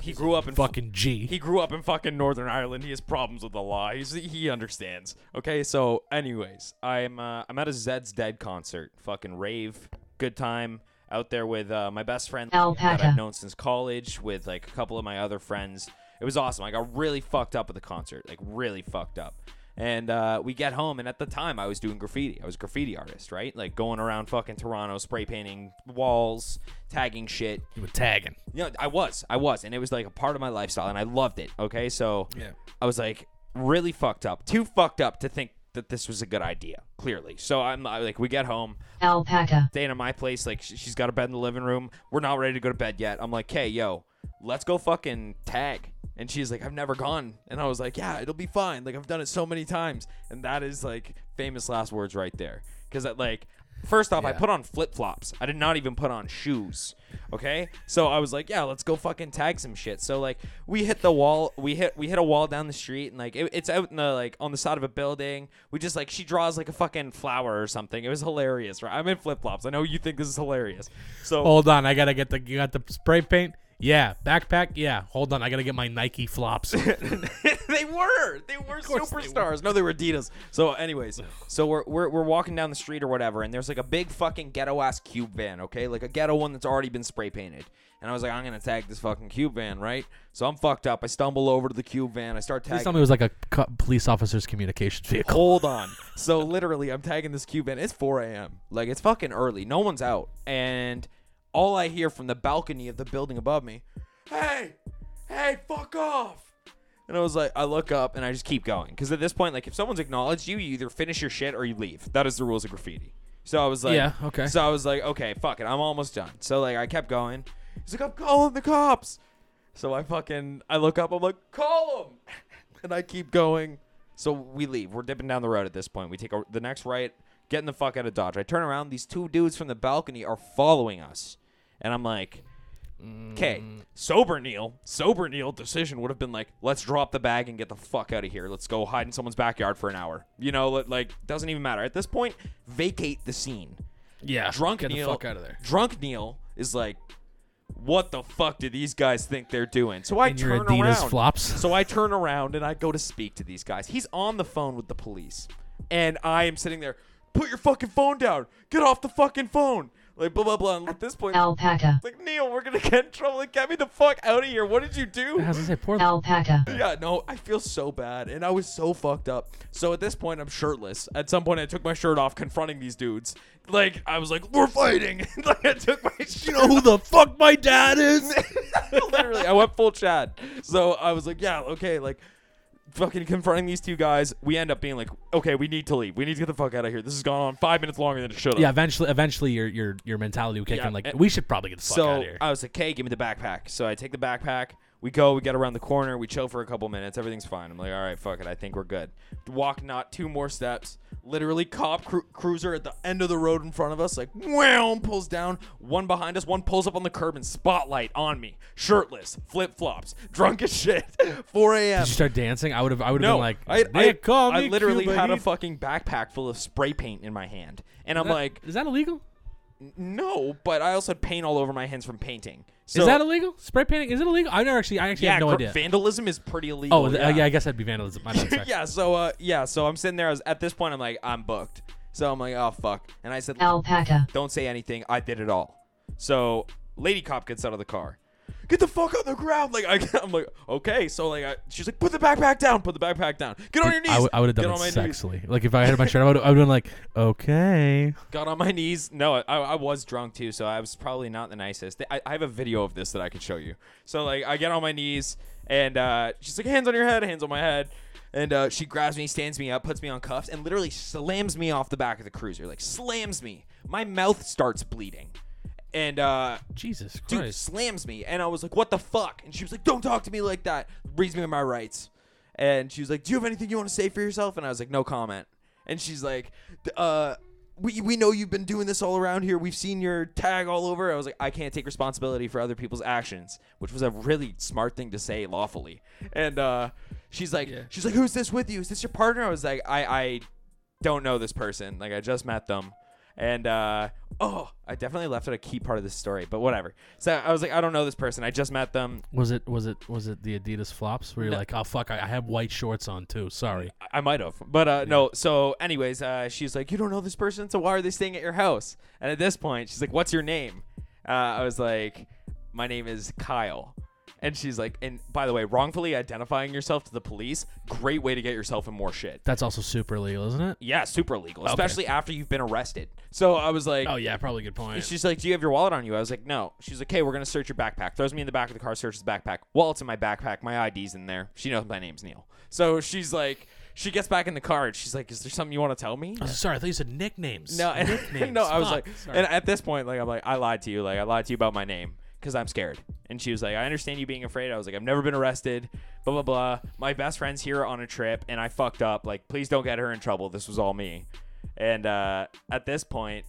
he grew up in
fucking G.
He grew up in fucking Northern Ireland. He has problems with the law. He's, he understands. Okay, so anyways, I'm uh, I'm at a Zed's Dead concert. Fucking rave, good time out there with uh, my best friend that
Alpaca.
I've known since college, with like a couple of my other friends. It was awesome. I got really fucked up at the concert, like really fucked up. And uh, we get home, and at the time, I was doing graffiti. I was a graffiti artist, right? Like going around fucking Toronto, spray painting walls, tagging shit.
you were tagging.
No, I was, I was, and it was like a part of my lifestyle, and I loved it. Okay, so
Yeah.
I was like really fucked up, too fucked up to think that this was a good idea. Clearly, so I'm I- like, we get home,
Alpaca.
staying at my place, like sh- she's got a bed in the living room. We're not ready to go to bed yet. I'm like, hey, yo, let's go fucking tag. And she's like, I've never gone. And I was like, yeah, it'll be fine. Like I've done it so many times, and that is like famous last words right there, because like. First off, I put on flip flops. I did not even put on shoes. Okay, so I was like, yeah, let's go fucking tag some shit. So like, we hit the wall. We hit we hit a wall down the street, and like it, it's out in the like on the side of a building. We just like she draws like a fucking flower or something. It was hilarious, right? I'm in flip flops. I know you think this is hilarious. So
Hold on, I gotta get the you got the spray paint. Yeah, backpack. Yeah, hold on, I gotta get my Nike flops.
they were. They were superstars. No, they were Adidas. So, anyways, so we're, we're, we're walking down the street or whatever, and there's like a big fucking ghetto ass cube van, okay? Like a ghetto one that's already been spray painted. And I was like, I'm going to tag this fucking cube van, right? So I'm fucked up. I stumble over to the cube van. I start
Please
tagging.
tell me it was like a cu- police officer's communications vehicle.
Hold on. So literally, I'm tagging this cube in. It's 4 a.m. Like it's fucking early. No one's out, and all I hear from the balcony of the building above me, "Hey, hey, fuck off!" And I was like, I look up and I just keep going because at this point, like, if someone's acknowledged you, you either finish your shit or you leave. That is the rules of graffiti. So I was like,
Yeah, okay.
So I was like, okay, fuck it, I'm almost done. So like, I kept going. He's like, I'm calling the cops. So I fucking I look up. I'm like, call him, and I keep going. So we leave. We're dipping down the road at this point. We take a, the next right, getting the fuck out of Dodge. I turn around. These two dudes from the balcony are following us, and I'm like, okay, sober Neil, sober Neil. Decision would have been like, let's drop the bag and get the fuck out of here. Let's go hide in someone's backyard for an hour. You know, li- like doesn't even matter at this point. Vacate the scene.
Yeah,
Drunk
get
Neil,
the fuck out of there.
Drunk Neil is like, what the fuck do these guys think they're doing? So I
In
turn
your Adidas
around.
flops.
So I turn around and I go to speak to these guys. He's on the phone with the police, and I am sitting there. Put your fucking phone down. Get off the fucking phone. Like blah blah blah. And at this point,
Alpaca.
it's like Neil, we're gonna get in trouble. Like, get me the fuck out of here. What did you do?
I was gonna say, poor
Alpaca.
Yeah, no, I feel so bad, and I was so fucked up. So at this point, I'm shirtless. At some point, I took my shirt off, confronting these dudes. Like I was like, "We're fighting!" like I took my shirt.
know who the fuck my dad is?
Literally, I went full Chad. So I was like, "Yeah, okay." Like, fucking confronting these two guys. We end up being like, "Okay, we need to leave. We need to get the fuck out of here. This has gone on five minutes longer than it should have."
yeah, eventually, eventually, your your your mentality will kick
Yeah,
in. Like,
and-
we should probably get the fuck out
so uh,
of here.
I was like, "Okay, give me the backpack." So I take the backpack. We go. We get around the corner. We chill for a couple minutes. Everything's fine. I'm like, "All right, fuck it. I think we're good." Walk not two more steps. Literally, cop cru- cruiser at the end of the road in front of us. Like, wow, pulls down. One behind us. One pulls up on the curb and spotlight on me, shirtless, flip flops, drunk as shit. 4 a.m.
Did you start dancing? I would have. I would have
No,
been like,
I,
"They
I,
call
I
me
literally
Cuba
had a
Heat."
fucking backpack full of spray paint in my hand, and I'm
That-
like,
is that illegal?
no, but I also had paint all over my hands from painting. So
is that illegal? Spray painting? Is it illegal? I never actually. I actually have no
cr-
idea.
Vandalism is pretty illegal.
oh, th- uh, yeah. I guess that'd be vandalism. My bad, sorry.
yeah. So, uh, yeah. So I'm sitting there. I was, at this point, I'm like, I'm booked. So I'm like, oh fuck. And I said,
Alpaca.
don't say anything. I did it all. So lady cop gets out of the car. Get the fuck on the ground! Like I, I'm like, okay. So like, I, she's like, put the backpack down. Put the backpack down. Get on your knees.
I, w- I would have
Get
done
on my
it
knees.
sexually. Like if I had my shirt, on, I would have been like, okay.
Got on my knees. No, I, I was drunk too, so I was probably not the nicest. I, I have a video of this that I could show you. So like, I get on my knees, and uh, she's like, "Hands on your head, hands on my head," and uh, she grabs me, stands me up, puts me on cuffs, and literally slams me off the back of the cruiser. Like slams me. My mouth starts bleeding, and uh,
Jesus
dude
Christ.
slams me and i was like what the fuck and she was like don't talk to me like that reads me my rights and she was like do you have anything you want to say for yourself and i was like no comment and she's like "D- uh
we, we know you've been doing this all around here. We've seen your tag all over. I was like, I can't take responsibility for other people's actions, which was a really smart thing to say lawfully. And uh, she's like, she's like, who's this with you? Is this your partner? I was like, I, I don't know this person. Like I just met them. And uh, oh, I definitely left out a key part of this story, but whatever. So I was like, I don't know this person. I just met them.
Was it was it was it the Adidas flops where you're like, oh fuck, I, I have white shorts on too. Sorry.
I might have, but uh, no. So, anyways, uh, she's like, "You don't know this person, so why are they staying at your house?" And at this point, she's like, "What's your name?" Uh, I was like, "My name is Kyle," and she's like, "And by the way, wrongfully identifying yourself to the police, great way to get yourself in more shit."
That's also super illegal, isn't it?
Yeah, super illegal, especially after you've been arrested. So I was like,
Oh yeah, probably a good point.
She's like, "Do you have your wallet on you?" I was like, "No." She's like, "Hey, we're gonna search your backpack." Throws me in the back of the car, searches the backpack. Wallet's in my backpack. My ID's in there. She knows my name's Neil. So she's like, she gets back in the car and she's like, "Is there something you want to tell me?"
Oh, sorry, I thought you said nicknames.
No, and-
nicknames.
no. I was
Fuck.
like,
Sorry.
and at this point, like, I'm like, I lied to you. Like, I lied to you about my name because I'm scared. And she was like, I understand you being afraid. I was like, I've never been arrested. Blah blah blah. My best friend's here on a trip, and I fucked up. Like, please don't get her in trouble. This was all me. And uh, at this point,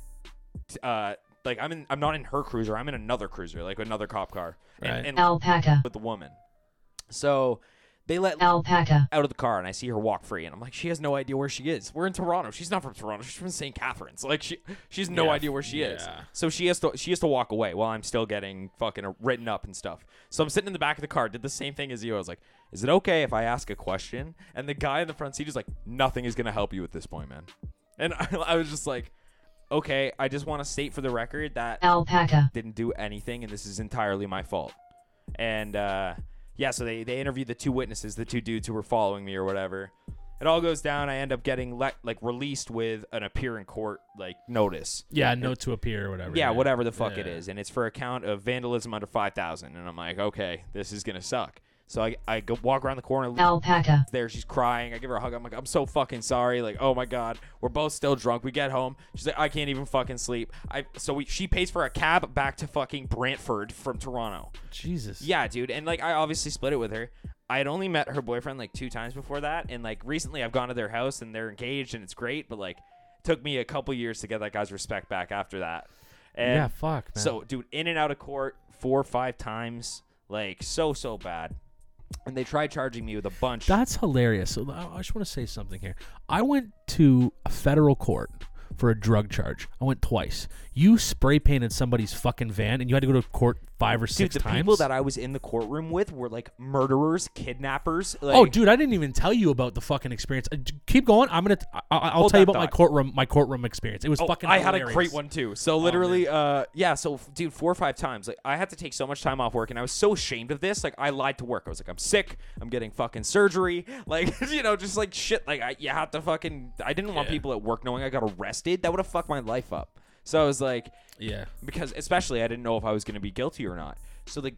t- uh, like, I'm in, I'm not in her cruiser. I'm in another cruiser, like another cop car,
Right.
and, and
alpaca,
with the woman. So they let
alpaca,
out of the car and I see her walk free and I'm like, she has no idea where she is. We're in Toronto. She's not from Toronto. She's from St. Catharines. Like she, she has no
Yeah,
idea where she is.
yeah.
So she has to, she has to walk away while I'm still getting fucking uh, written up and stuff. So I'm sitting in the back of the car. Did the same thing as you. I was like, is it okay if I ask a question? And the guy in the front seat is like, nothing is gonna help you at this point, man. And I, I was just like, okay. I just want to state for the record that
alpaca,
didn't do anything and this is entirely my fault and uh, yeah so they, they interviewed the two witnesses the two dudes who were following me or whatever it all goes down i end up getting le- like released with an appear in court like notice
yeah, no to appear or whatever.
yeah whatever the fuck it
Yeah.
is and it's for a count of vandalism under 5000 and i'm like okay this is gonna suck so i, I go walk around the corner
alpaca,
there. She's crying. I give her a hug. I'm like, I'm so fucking sorry. Like, oh my god, we're both still drunk. We get home. She's like, I can't even fucking sleep. I so we she pays for a cab back to fucking Brantford from Toronto.
Jesus.
Yeah, dude. And like, I obviously split it with her. I had only met her boyfriend like two times before that, and like recently I've gone to their house and they're engaged and it's great. But like, took me a couple years to get that guy's respect back after that. And
yeah. Fuck, man.
so, dude, in and out of court four or five times, like so so bad. And they tried charging me with a bunch.
That's hilarious. So I I just want to say something here. I went to a federal court for a drug charge. I went twice. You spray painted somebody's fucking van, and you had to go to court five or
Dude,
six
the
times.
people that I was in the courtroom with were like murderers, kidnappers. Like,
oh, dude, I didn't even tell you about the fucking experience. Uh, d- Keep going. I'm gonna. I, I- I'll
Hold
tell you
that
about my
thought.
courtroom. My courtroom experience. It was
Oh,
fucking.
I had a
hilarious. Oh,
great one too. So literally, uh, yeah. So f- dude, four or five times. Like I had to take so much time off work, and I was so ashamed of this. Like I lied to work. I was like, I'm sick. I'm getting fucking surgery. Like you know, just like shit. Like I, you have to fucking. I didn't want people at work knowing I got arrested. That would have fucked my life up. So I was like,
Yeah.
because especially I didn't know if I was going to be guilty or not. So the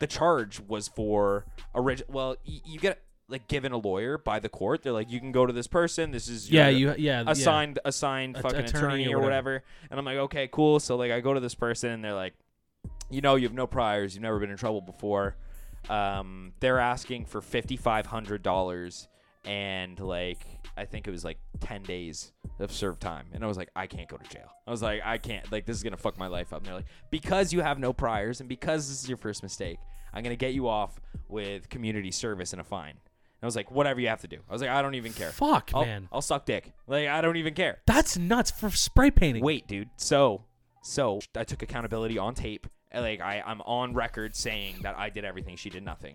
the charge was for orig Well, y- you get like given a lawyer by the court. They're like, you can go to this person. This is your
Yeah. You. Yeah. yeah.
assigned assigned
Att-
fucking attorney,
attorney or
or whatever. And I'm like, okay, cool. So like I go to this person and they're like, you know, you have no priors, you've never been in trouble before. Um, they're asking for fifty five hundred dollars and like I think it was like ten days of served time. And I was like, I can't go to jail. I was like, I can't like this is gonna fuck my life up. And they're like, because you have no priors and because this is your first mistake, I'm gonna get you off with community service and a fine. And I was like, whatever you have to do. I was like, I don't even care.
Fuck,
I'll-
man.
I'll suck dick. Like I don't even care.
That's nuts for spray painting.
Wait, dude. So, so I took accountability on tape. And, Like I, I'm on record saying that I did everything. She did nothing.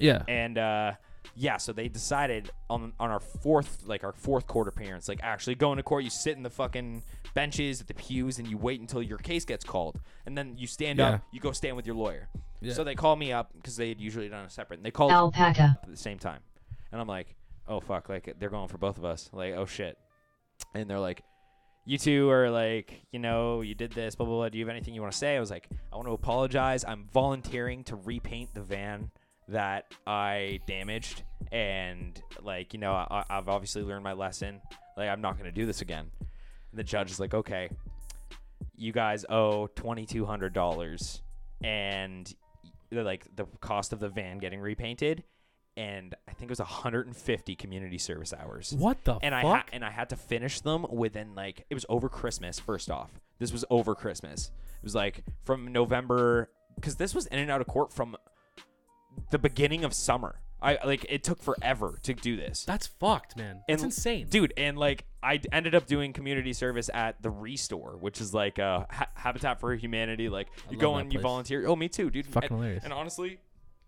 Yeah.
And uh, yeah, so they decided on on our fourth, like our fourth court appearance, like actually going to court. You sit in the fucking benches at the pews and you wait until your case gets called, and then you stand
Yeah.
up. You go stand with your lawyer. So they call me up because they had usually done a separate. And they called
alpaca,
at the same time. And I'm like, oh fuck, like they're going for both of us. Like, oh shit. And they're like, you two are like, you know, you did this, blah blah blah. Do you have anything you want to say? I was like, I want to apologize. I'm volunteering to repaint the van that I damaged, and like, you know, I, I've obviously learned my lesson. Like, I'm not gonna do this again. And the judge is like, okay, you guys owe twenty two hundred dollars, and the- like the cost of the van getting repainted, and I think it was 150 community service hours.
What the
and
fuck?
I ha- and I had to finish them within like it was over Christmas. First off, this was over Christmas. It was like from November because this was in and out of court from the beginning of summer. I like it took forever to do this.
That's fucked, man. It's
And-
insane.
dude. And like I d- ended up doing community service at the Restore, which is like uh, ha- Habitat for Humanity. Like you
love
go
that
and you
place.
volunteer. Oh, me too, dude.
fucking
and,
hilarious.
And honestly.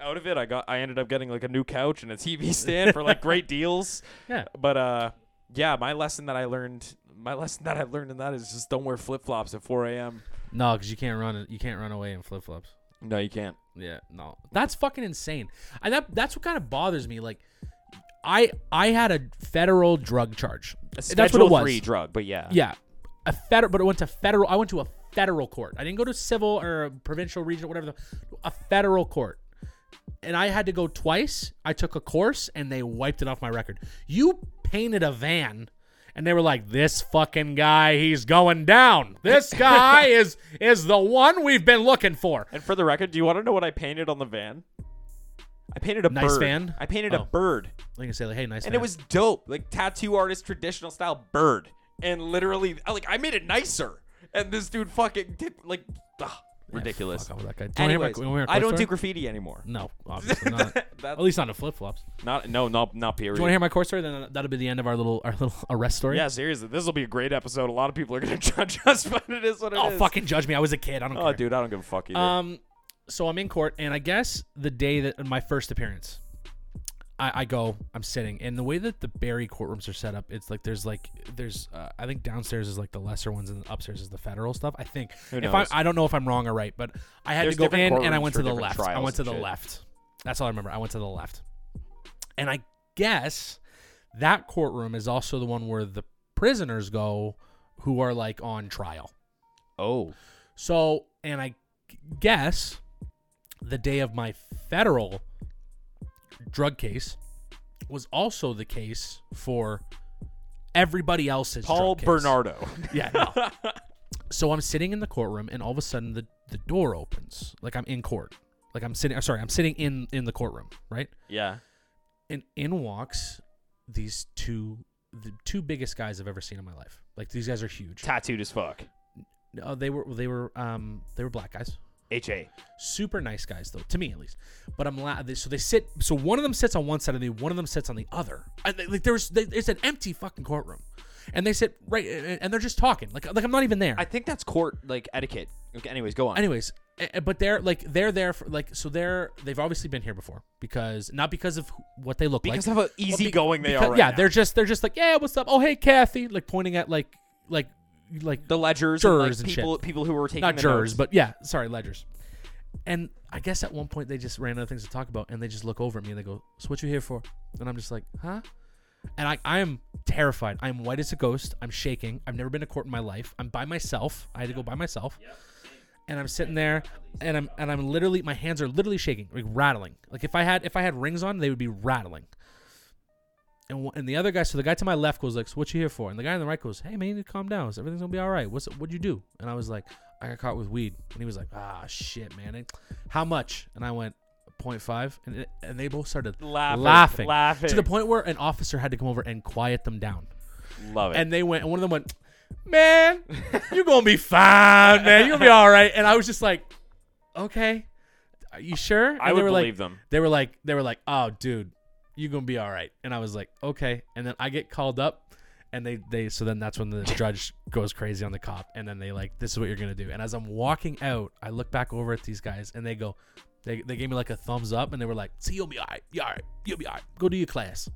Out of it, I got. I ended up getting like a new couch and a TV stand for like great deals
yeah.
but uh yeah my lesson that i learned my lesson that i learned in that is just don't wear flip-flops at 4 a.m
No, because you can't run. You can't run away in flip flops.
no you can't
Yeah, no, that's fucking insane. I that that's what kind of bothers me. Like, I I had a federal drug charge. that's what it was.
three drug but yeah
yeah, a federal, but it went to federal. I went to a federal court. I didn't go to civil or provincial, regional, whatever. The, a federal court, and I had to go twice. I took a course, and they wiped it off my record. You painted a van. And they were like, "This fucking guy, he's going down. This guy is is the one we've been looking for."
and for the record do you want to know what i painted on the van i painted a
Nice
bird
van?
i painted
Oh.
a bird
Like I say, like, "Hey, nice."
and
van.
it was dope like tattoo artist traditional style bird and literally I- like i made it nicer and this dude fucking did like ugh, ridiculous
Fuck off with that guy. Do you wanna hear my-
Anyways,
you wanna hear a
i
quick
don't
story?
do graffiti anymore
No, obviously not. At
That's-
least not in flip flops. Do
not no not not period
you want to hear my core story? Then that'll be the end of our little our little arrest story.
Yeah, seriously, this will be a great episode. A lot of people are gonna judge us, but it is what it is.
Oh, fucking judge me. I was a kid. I don't
Oh,
care.
dude, I don't give a fuck either.
Um, so I'm in court, and I guess the day that my first appearance, I, I go, I'm sitting, and the way that the Barry courtrooms are set up, it's like there's like there's uh, I think downstairs is like the lesser ones, and upstairs is the federal stuff. I think if I,
knows?
I don't know if I'm wrong or right, but I had
There's
to go
different
in and I
courtrooms
went
for
to the
different
left. I
trials
went to
and
the
shit.
left. That's all I remember. I went to the left, and I guess that courtroom is also the one where the prisoners go who are like on trial.
oh,
So, and I g- guess the day of my federal drug case was also the case for everybody else's
Paul
drug case.
Bernardo.
Yeah. no. so I'm sitting in the courtroom, and all of a sudden the the door opens. Like I'm in court. Like I'm sitting. I'm sorry. I'm sitting in in the courtroom. Right.
yeah.
And in walks these two the two biggest guys I've ever seen in my life. Like these guys are huge.
Tattooed as fuck.
Uh, they were they were um they were black guys.
H A.
super nice guys though to me at least but i'm la- they- so they sit so one of them sits on one side of me one of them sits on the other I, they- like there's they, it's an empty fucking courtroom and they sit right and and they're just talking like like i'm not even there
I think that's court like etiquette. Okay, anyways, go on.
anyways eh, eh, but they're like they're there for like so they're they've obviously been here before because not because of wh- what they look
because
like
of how easygoing they
Because-
are. Right
yeah
now.
they're just they're just like yeah what's up oh hey kathy like pointing at like like like
the ledgers,
jurors and
and, like, people,
shit.
people who were taking
not
the
jurors,
notes.
but yeah, sorry, ledgers. And I guess at one point they just ran out of things to talk about, and they just look over at me and they go, "So what you here for?" And I'm just like, "Huh?" And I, I am terrified. I'm white as a ghost. I'm shaking. I've never been to court in my life. I'm by myself. I had to go by myself. And I'm sitting there, and I'm and I'm literally my hands are literally shaking, like rattling. Like if I had if I had rings on, they would be rattling. And, wh- and the other guy, so the guy to my left goes like, "So what you here for?" And the guy on the right goes, "Hey man, you need to calm down. Everything's gonna be all right. What's what'd you do?" And I was like, "I got caught with weed." And he was like, "Ah shit, man. And, How much?" And I went, .5. And it- and they both started
Laughing,
laughing,
laughing.
to the point where an officer had to come over and quiet them down.
love it.
And they went, and one of them went, "Man, you're gonna be fine, man. You're gonna be all right." And I was just like, "Okay, are you sure?" And
I
they
would
were like-
believe them.
they were like, they were like, oh, dude, you gonna be all right. And I was like, okay. And then I get called up, and they they so then that's when the judge goes crazy on the cop, and then they like, this is what you're gonna do. And as I'm walking out, I look back over at these guys, and they go, they they gave me like a thumbs up, and they were like, see, you'll be all right, you all right, you'll be all right. Go do your class.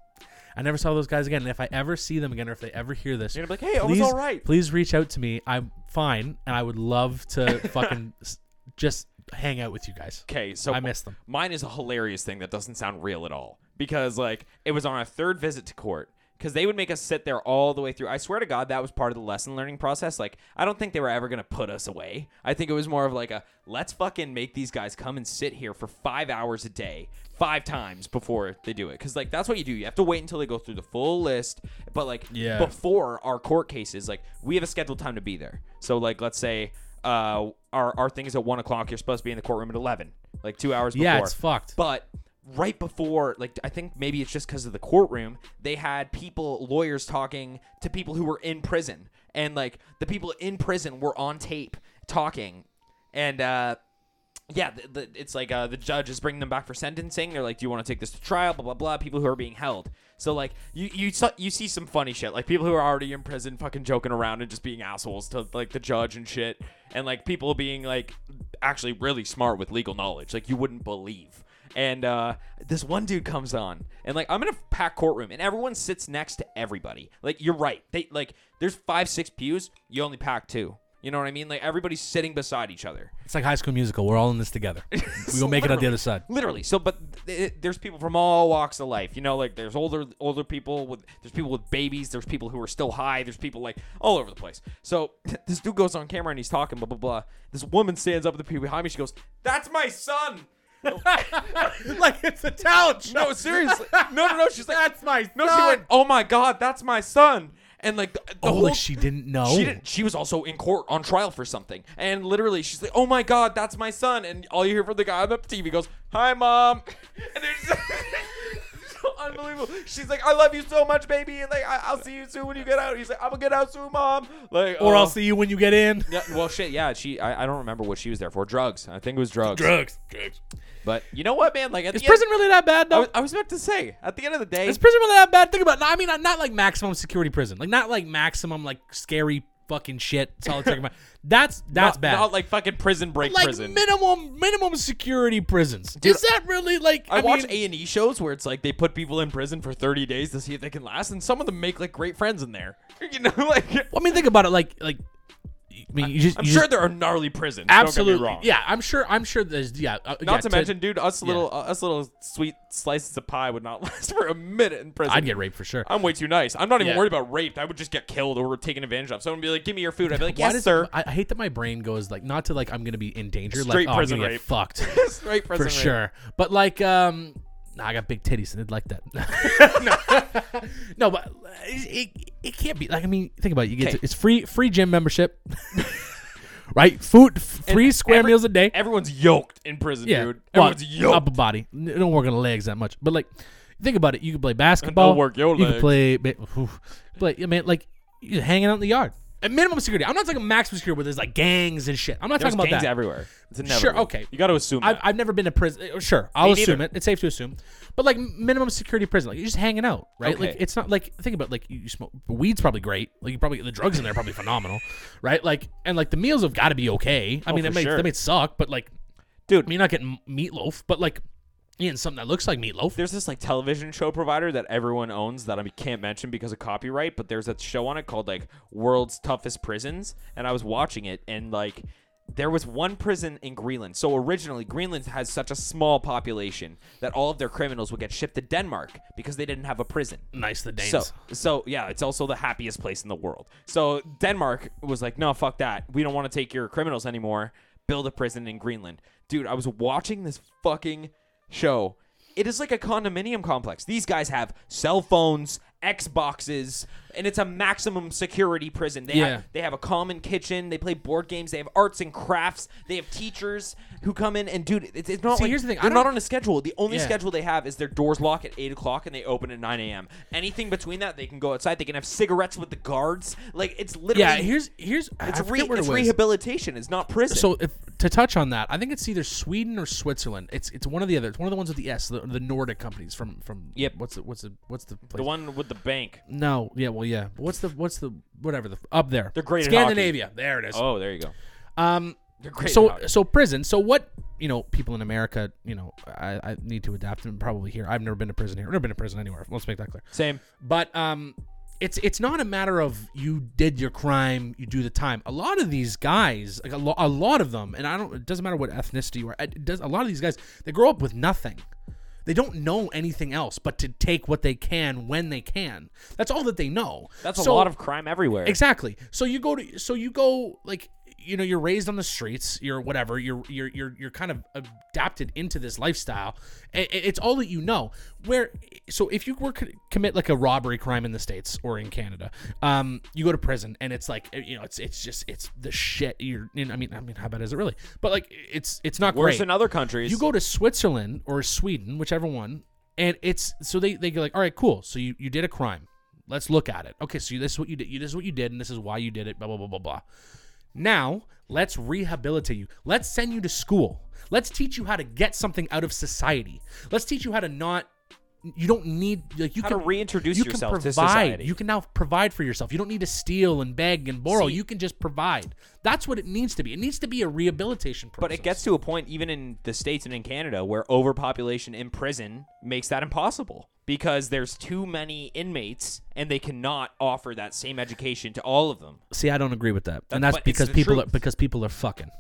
I never saw those guys again. And if I ever see them again, or if they ever hear this,
You're gonna be like, hey, I was
please,
all right.
please reach out to me. I'm fine, and I would love to fucking s- just hang out with you guys.
Okay, so
I miss them.
Mine is a hilarious thing that doesn't sound real at all because like it was on our third visit to court because they would make us sit there all the way through. I swear to God, that was part of the lesson learning process. Like I don't think they were ever gonna put us away. I think it was more of like a let's fucking make these guys come and sit here for five hours a day, five times before they do it. Because like that's what you do. You have to wait until they go through the full list. But like
Yeah.
bef- for our court cases, like we have a scheduled time to be there. So like let's say uh our our thing is at one o'clock, you're supposed to be in the courtroom at eleven, like two hours before.
Yeah, it's fucked.
But right before, like, I think maybe it's just because of the courtroom, they had people, lawyers talking to people who were in prison. And, like, the people in prison were on tape talking. And, uh, yeah, the, the, it's like uh, the judge is bringing them back for sentencing. They're like, "Do you want to take this to trial?" Blah blah blah. People who are being held. So like, you you saw, you see some funny shit, like people who are already in prison, fucking joking around and just being assholes to like the judge and shit, and like people being like actually really smart with legal knowledge, like you wouldn't believe. And uh, this one dude comes on, and like I'm in a packed courtroom, and everyone sits next to everybody. Like you're right, they like there's five six pews, you only pack two. You know what I mean? Like everybody's sitting beside each other.
It's like High School Musical. We're all in this together. we gonna make it on the other side.
Uh, Literally. So, but th- th- there's people from all walks of life. You know, like there's older older people with there's people with babies. There's people who are still high. There's people like all over the place. So this dude goes on camera and he's talking blah blah blah. This woman stands up at the people behind me. She goes, "That's my son."
like it's a talent show.
No, seriously. No, no, no. She's like,
That's my
No, she
son.
went, "Oh my god, that's my son." And like the, the
oh,
whole
like she didn't know.
She didn't. She was also in court on trial for something, and literally, she's like, "Oh my god, that's my son!" And all you hear from the guy on the TV goes, "Hi, mom," and there's so unbelievable. She's like, "I love you so much, baby," and like, I- "I'll see you soon when you get out." He's like, "I'm gonna get out soon, mom." Like,
Or
oh.
I'll see you when you get in.
Yeah, well, shit. Yeah, she. I, I don't remember what she was there for. Drugs. I think it was drugs.
Drugs. Drugs.
But you know what, man? Like, at
Is
the
prison
End,
really that bad
I
though?
was, I was about to say, at the end of the day,
Is prison really that bad? Think about. It. I mean, not, not like maximum security prison. Like not like maximum like scary fucking shit. Solitary. confinement. that's that's
not,
bad.
Not like fucking prison break.
Like
prison.
minimum minimum security prisons. Is that really like?
I,
I,
watch
mean,
A and E shows where it's like they put people in prison for 30 days to see if they can last, and some of them make like great friends in there. You know, like
I mean, think about it. Like like. I mean, you just,
I'm
you
sure
just,
there are gnarly prisons.
absolutely.
don't get me wrong.
Yeah, I'm sure. I'm sure there's. Yeah. uh,
Not
yeah,
to, mention, dude, us little uh, us little sweet slices of pie would not last for a minute in prison.
I'd get raped for sure.
I'm way too nice. I'm not even
Yeah.
worried about raped. I would just get killed or taken advantage of. Someone would be like, "Give me your food." I'd be like,
Why
"Yes,
does-
sir."
I, I hate that my brain goes like not to like I'm gonna be in danger.
Straight
like oh,
prison
I'm gonna
rape.
get fucked
Straight prison.
for
rape.
sure. But like um, nah, I got big titties and they'd like that. no, but it, it, it can't be like I mean think about it. You get to, it's free free gym membership, right? Food f-
And
free square
every-
meals a day.
Everyone's yoked in prison,
yeah,
dude.
Well,
Everyone's yoked.
upper body. N- Don't work on the legs that much. But like think about it. You can play basketball.
work your
You
legs.
can play. ba- oof. play. I mean like you're hanging out in the yard. At minimum security. I'm not talking maximum security where there's like gangs and shit. I'm not
There's
talking about
gangs
that.
everywhere. It's
Sure,
inevitable.
okay.
You got to assume.
I've,
that.
I've never been to prison. uh, Sure, I'll
neither.
assume it. It's safe to assume, but like minimum security prison, like you're just hanging out, right? Like
Okay.
it's not like think about like you smoke weed's probably great. Like you probably the drugs in there are probably phenomenal, right? Like and like the meals have got to be okay. I mean,
Oh, for
it may
sure.
they may suck, but like,
Dude.
I mean, you're not getting meatloaf, but like, you getting something that looks like meatloaf.
there's this like television show provider that everyone owns that I can't mention because of copyright, but there's a show on it called like World's Toughest Prisons, and I was watching it and like there was one prison in Greenland. So originally Greenland has such a small population that all of their criminals would get shipped to Denmark because they didn't have a prison.
nice the Danes.
So, so yeah, it's also the happiest place in the world. So Denmark was like, no, fuck that. We don't want to take your criminals anymore. Build a prison in Greenland, dude. I was watching this fucking show. It is like a condominium complex. These guys have cell phones, Xboxes, and it's a maximum security prison. They
Yeah.
have, they have a common kitchen. They play board games. They have arts and crafts. They have teachers who come in and dude, it's, it's not
See,
like
here's the thing, I
they're not
don't-
on a schedule. The only
Yeah.
schedule they have is their doors lock at eight o'clock and they open at nine a.m. Anything between that, they can go outside. They can have cigarettes with the guards. Like it's literally
yeah, here's here's I-
it's,
I
re-
forget where it
it's
was.
rehabilitation. It's not prison.
So if to touch on that, I think it's either Sweden or Switzerland. It's it's one of the other. It's one of the ones with the S, the, the Nordic companies from from.
Yep.
What's the what's the what's the place?
the one with the bank.
No, yeah, well, yeah. But what's the what's the whatever the f- up there?
They're great at
Scandinavia. There it is.
Oh, there you go.
um,
They're great.
so
at hockey.
so prison. So what you know, people in America, you know, I, I need to adapt and probably here. I've never been to prison here. I've never been to prison anywhere. Let's make that clear.
same.
But um, it's it's not a matter of you did your crime, you do the time. A lot of these guys, like a, lo- a lot of them, and I don't. It doesn't matter what ethnicity you are. It does, a lot of these guys, they grow up with nothing. They don't know anything else but to take what they can when they can. That's all that they know.
That's a
So-
lot of crime everywhere.
Exactly. So you go to so you go like you know you're raised on the streets you're whatever you're you're you're, you're kind of adapted into this lifestyle and it's all that you know where so if you were to commit like a robbery crime in the states or in canada um you go to prison and it's like you know it's it's just it's the shit you're in i mean i mean how bad is it really but like it's it's not
Worse
great
in other countries.
you go to Switzerland or Sweden, whichever one, and it's so they they go like, all right, cool. So you you did a crime. Let's look at it. Okay, so this is what you did. You this is what you did, and this is why you did it. Blah blah blah blah blah. Now let's rehabilitate you. Let's send you to school. Let's teach you how to get something out of society. Let's teach you how to not. You don't need like you
How
can
to reintroduce
you
yourself
can
to
provide.
society.
You can now provide for yourself. You don't need to steal and beg and borrow.
See-
you can just provide. That's what it needs to be. It needs to be a rehabilitation process.
But it gets to a point, even in the states and in Canada, where overpopulation in prison makes that impossible because there's too many inmates and they cannot offer that same education to all of them.
See, I don't agree with that, and that's
but it's
because
the
people
truth.
are because people are fucking,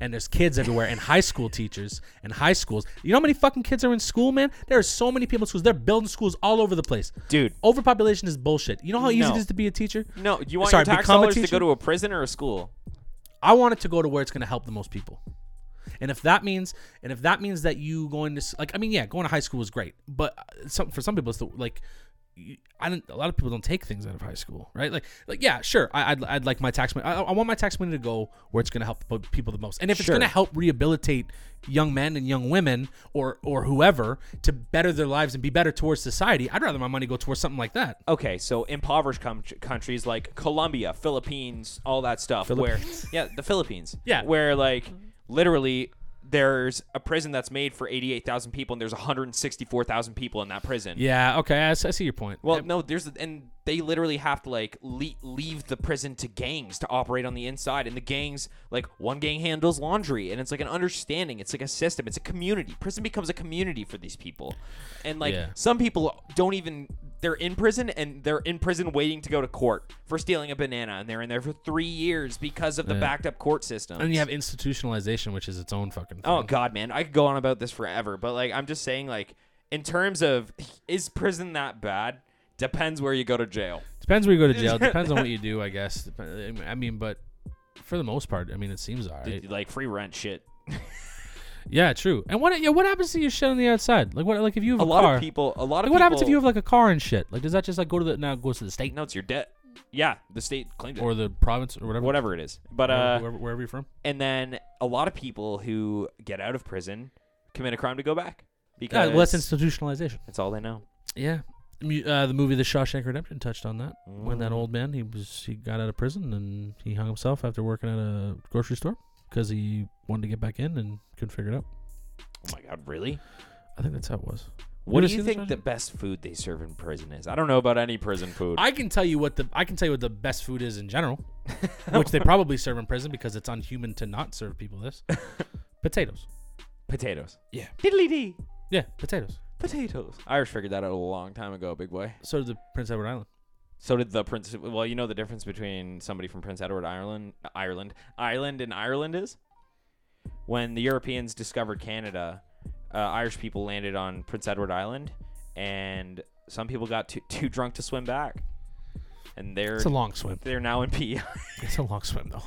and there's kids everywhere, and high school teachers and high schools. You know how many fucking kids are in school, man? There are so many people in schools. They're building schools all over the place,
Dude.
Overpopulation is bullshit. You know how easy
No.
it is to be a teacher?
No, you want
Sorry,
your tax
become a
dollars to
teacher?
go to a prison or a school?
I want it to go to where it's going to help the most people. And if that means, and if that means that you going to s- like, I mean, yeah, going to high school is great, but uh, some for some people, it's the, like, you- I don't. A lot of people don't take things out of high school, right? Like, like yeah, sure. I, I'd, I'd like my tax money. I, I want my tax money to go where it's going to help the people the most. And if it's
Sure.
going to help rehabilitate young men and young women or or whoever to better their lives and be better towards society, I'd rather my money go towards something like that.
Okay, so impoverished com- countries like Colombia, Philippines, all that stuff. Where, yeah, the Philippines.
Yeah.
where like literally there's a prison that's made for 88,000 people and there's 164,000 people in that prison.
Yeah. Okay. I, s- I see your point.
Well, no, there's and they literally have to like le- leave the prison to gangs to operate on the inside, and the gangs like one gang handles laundry, and it's like an understanding, it's like a system, it's a community. Prison becomes a community for these people, and like
Yeah.
some people don't even they're in prison and they're in prison waiting to go to court for stealing a banana, and they're in there for three years because of the backed up court system.
and you have institutionalization, which is its own fucking. Thing.
Oh god, man, I could go on about this forever, but like I'm just saying like in terms of is prison that bad? Depends where you go to jail.
Depends where you go to jail. Depends on what you do, I guess. Dep- I mean, but for the most part, I mean, it seems all right.
Like free rent shit.
Yeah, true. And what yeah, what happens to your shit on the outside? Like what? Like if you have a,
A lot
car,
of people a
Like
lot of
what
people
happens if you have like a car and shit? Like does that just like go to the now it goes to the state
No, it's your debt. Yeah, the state claimed it.
or the province or whatever?
whatever it is. But
wherever,
uh
wherever, wherever you're from.
and then a lot of people who get out of prison commit a crime to go back.
Yeah,
Because
well, that's Uh, institutionalization.
that's all they know.
Yeah. Mu- Uh, the movie The Shawshank Redemption touched on that. When that old man, he was he got out of prison and he hung himself after working at a grocery store because he wanted to get back in and couldn't figure it out.
Oh my god, really?
I think that's how it was.
What
ever
do
seen
you
the
think the
Shawshank?
best food they serve in prison is? I don't know about any prison food.
I can tell you what the I can tell you what the best food is in general, which they probably serve in prison because it's unhuman to not serve people this. potatoes.
Potatoes.
Yeah.
Diddly dee.
Yeah, potatoes.
Potatoes. Irish figured that out a long time ago, big boy.
So did the Prince Edward Island.
So did the prince. Well, you know the difference between somebody from Prince Edward Ireland, Ireland, Ireland, and Ireland is when the Europeans discovered Canada, uh, Irish people landed on Prince Edward Island, and some people got too too drunk to swim back, and they're
It's a long swim.
they're now in E PEI.
It's a long swim though.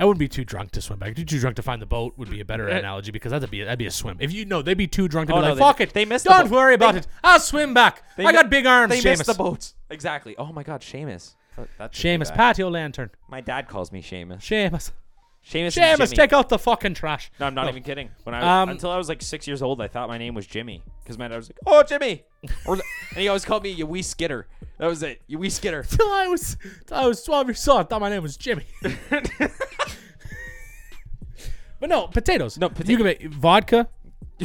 I wouldn't be too drunk to swim back. Too too drunk to find the boat would be a better analogy because that'd be that'd be a swim. If you know, they'd be too drunk to
Oh,
be
no,
like,
they-
"Fuck it,
they missed the
Don't
boat.
worry about
They-
it. I'll swim back.
They
I
mi-
got big arms."
they
Seamus.
missed the boats. Exactly. Oh my God, Seamus. That- that took me
Seamus,
back.
patio lantern.
My dad calls me Seamus.
Seamus.
Seamus. and
Seamus,
Jimmy.
take out the fucking trash.
No, I'm not
Oh.
even kidding. When I
Um,
until I was like six years old, I thought my name was Jimmy because my dad was like, "Oh, Jimmy," or and he always called me "You wee skitter." That was it. You wee skitter.
till I was till I was 12 years old. I thought my name was Jimmy. but no, potatoes.
No,
You
potato-
can make vodka,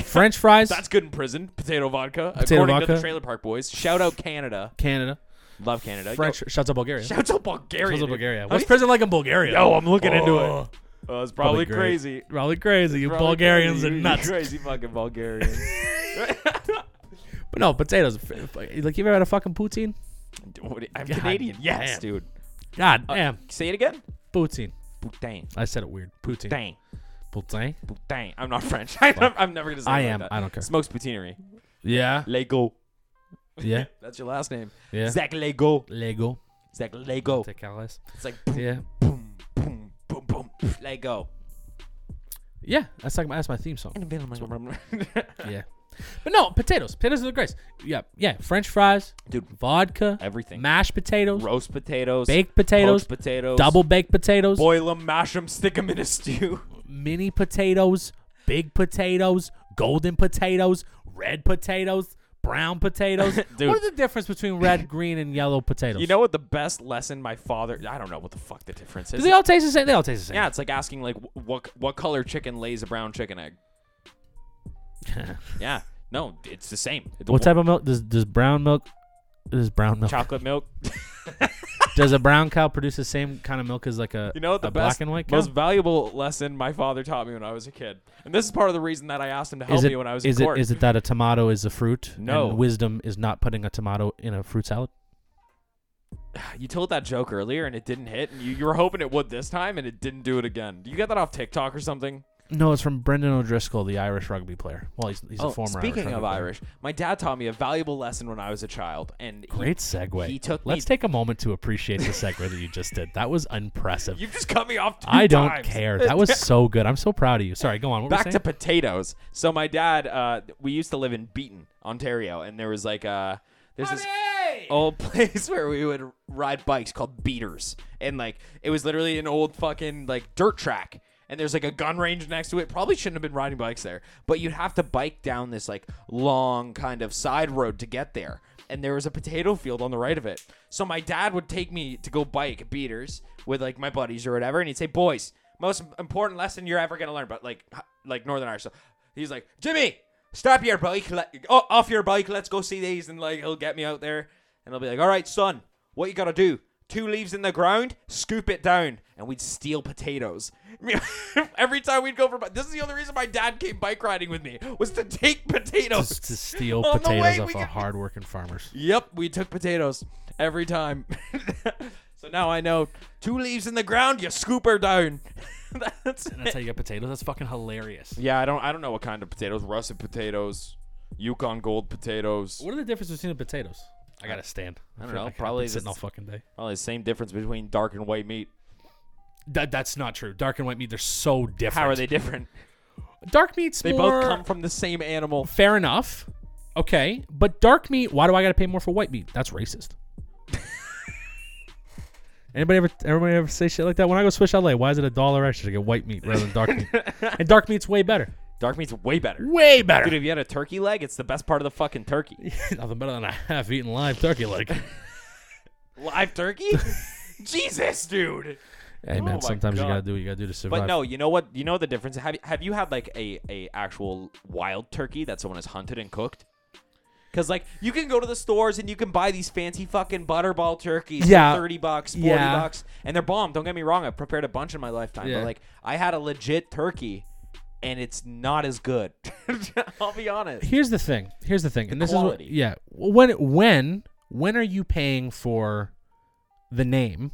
French fries.
That's good in prison. Potato vodka.
Potato
According to the
vodka.
Trailer Park Boys, shout out Canada.
Canada.
Love Canada.
French. Shouts out Bulgaria.
Yo, shout out Bulgaria.
Shouts out
dude.
Bulgaria.
How
What's
many-
prison like in Bulgaria?
Yo, I'm looking into it.
Oh,
Oh, it's probably,
great.
crazy.
Probably crazy. You
Probably
Bulgarians
crazy.
are nuts.
Crazy fucking Bulgarians.
But no, potatoes. F- f- Like you ever had a fucking poutine?
What- I'm
God
Canadian. Yes,
damn.
dude.
God
Uh,
damn.
Say it again.
Poutine.
Boutin.
I said it weird. Poutine.
Dang.
Poutine.
Dang. I'm not French. I'm, I'm never gonna say
I
it like
am.
that.
I don't care.
Smokes Poutinery.
Yeah.
Lego.
Yeah.
That's your last name.
Yeah.
Zach Lego.
Lego.
Zach Lego.
Take care, guys.
It's like boom,
Yeah.
boom, boom, boom, boom.
let go.
Yeah, that's like my, that's my theme song.
Everything.
Yeah. But no, potatoes. Potatoes are the greatest. Yeah, yeah. French fries,
Dude.
Vodka, mashed potatoes,
Roast potatoes,
baked potatoes,
poached potatoes,
double baked potatoes,
Boil them, mash them, stick them in a stew.
mini potatoes, big potatoes, golden potatoes, red potatoes, brown potatoes.
Dude.
What is the difference between red, green, and yellow potatoes?
You know what the best lesson my father? I don't know what the fuck the difference
do
is.
they all taste the same? They all taste the same.
yeah, it's like asking like wh- what what color chicken lays a brown chicken egg. yeah, no, it's the same. The
What
one-
type of milk does does brown milk? Does brown milk?
Chocolate milk.
Does a brown cow produce the same kind of milk as like a
You know what the
a
best,
black and white cow?
most valuable lesson my father taught me when I was a kid, and this is part of the reason that I asked him to help
is it,
me when I was
is
in
it
court.
is it that a tomato is a fruit?
No.
And wisdom is not putting a tomato in a fruit salad.
you told that joke earlier and it didn't hit, and you, you were hoping it would this time, and it didn't do it again. Do you get that off TikTok or something?
No, it's from Brendan O'Driscoll, the Irish rugby player. Well, he's, he's a former.
Oh, speaking
Irish
of
rugby player.
Irish, my dad taught me a valuable lesson when I was a child, and he-
Great segue.
He took me-
Let's take a moment to appreciate the segue that you just did. That was impressive.
you just cut me off. Two
I don't
times.
care. That was so good. I'm so proud of you. Sorry, go on. What were
back
we
to
saying?
potatoes. So my dad, uh, we used to live in Beaton, Ontario, and there was like uh there's this old place where we would ride bikes called Beaters, and like it was literally an old fucking like dirt track. And there's like a gun range next to it. Probably shouldn't have been riding bikes there, but you'd have to bike down this like long kind of side road to get there. And there was a potato field on the right of it. So my dad would take me to go bike at Beaters with like my buddies or whatever, and he'd say, "Boys, most important lesson you're ever gonna learn, but like h- like Northern Irish. So he's like, Jimmy, stop your bike, let, oh, off your bike, let's go see these, and like he'll get me out there, and I'll be like, all right, son, what you gotta do? Two leaves in the ground, scoop it down, and we'd steal potatoes. Every time we'd go for, bi- this is the only reason my dad came bike riding with me was to take potatoes
Just to steal
On the way
potatoes
we
off our
could-
hardworking farmers.
Yep, we took potatoes every time. so now I know two leaves in the ground, you scoop her down. That's it.
That's how you get potatoes. That's fucking hilarious.
Yeah, I don't I don't know what kind of potatoes. Russet potatoes, Yukon gold potatoes.
What are the differences between the potatoes? I gotta stand. I
know, probably
sitting all
this-
fucking day.
Probably the same difference between dark and white meat.
That, that's not true. Dark and white meat, they're so different.
How are they different?
Dark meat's
They
more.
both come from the same animal.
Fair enough. Okay, but dark meat. Why do I gotta pay more for white meat? That's racist. Anybody ever, everybody ever say shit like that? When I go to Swiss LA, why is it a dollar extra to get white meat rather than dark meat? and dark meat's way better.
Dark meat's way better.
Way
Dude,
better.
if you had a turkey leg, it's the best part of the fucking turkey.
Nothing better than a half-eaten live turkey leg.
Live turkey? Jesus, dude.
hey man,
my
sometimes you
God.
gotta do what you gotta do to survive.
But no, you know what? You know the difference. Have Have you had like a a actual wild turkey that someone has hunted and cooked? Because like you can go to the stores and you can buy these fancy fucking butterball turkeys
Yeah.
for thirty bucks, forty
Yeah.
bucks, and they're bomb. Don't get me wrong. I've prepared a bunch in my lifetime,
Yeah.
but like I had a legit turkey, and it's not as good. I'll be honest.
here's the thing. Here's the thing. and this
quality.
is what, yeah. When when when are you paying for the name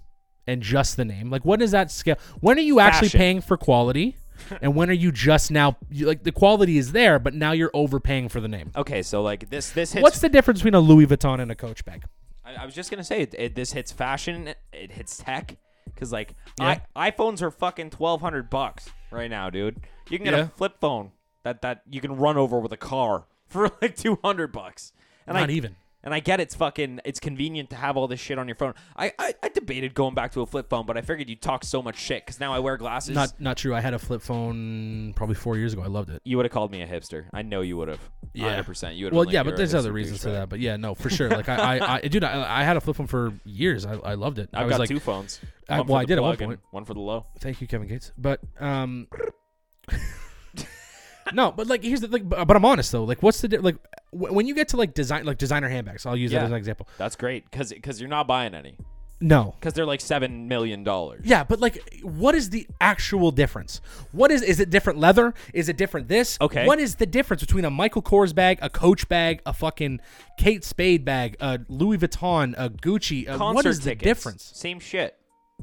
and just the name? Like when is that scale? When are you actually
Fashion.
paying for quality? and when are you just now you, like the quality is there, but now you're overpaying for the name?
Okay, so like this this hits.
What's the difference between a Louis Vuitton and a Coach bag?
I, I was just gonna say it, it, this hits fashion. It hits tech because like
Yeah.
I, iPhones are fucking twelve hundred bucks right now, dude. You can get
Yeah.
a flip phone that that you can run over with a car for like two hundred bucks. And
Not
I,
even.
And I get it's fucking it's convenient to have all this shit on your phone. I I, I debated going back to a flip phone, but I figured you talk so much shit because now I wear glasses.
Not not true. I had a flip phone probably four years ago. I loved it.
you would have called me a hipster. I know you would have. hundred percent. You would.
Well, yeah, but there's other reasons for that. But yeah, no, for sure. Like I, I, I dude, I, I had a flip phone for years. I, I loved it. I
I've
was
got
like,
two phones.
I-
One for
well, I
the
did at one
plug and
point.
One for the low.
Thank you, Kevin Gates. But um, no, but like here's the like, but but I'm honest though. Like, what's the di- like wh- when you get to like design like designer handbags? I'll use that
Yeah.
as an example.
That's great because because you're not buying any.
No.
because they're like seven million dollars.
Yeah, but like, what is the actual difference? What is is it different leather? Is it different this?
Okay.
What is the difference between a Michael Kors bag, a Coach bag, a fucking Kate Spade bag, a Louis Vuitton, a Gucci? A,
Concert
what is
tickets,
the difference?
Same shit.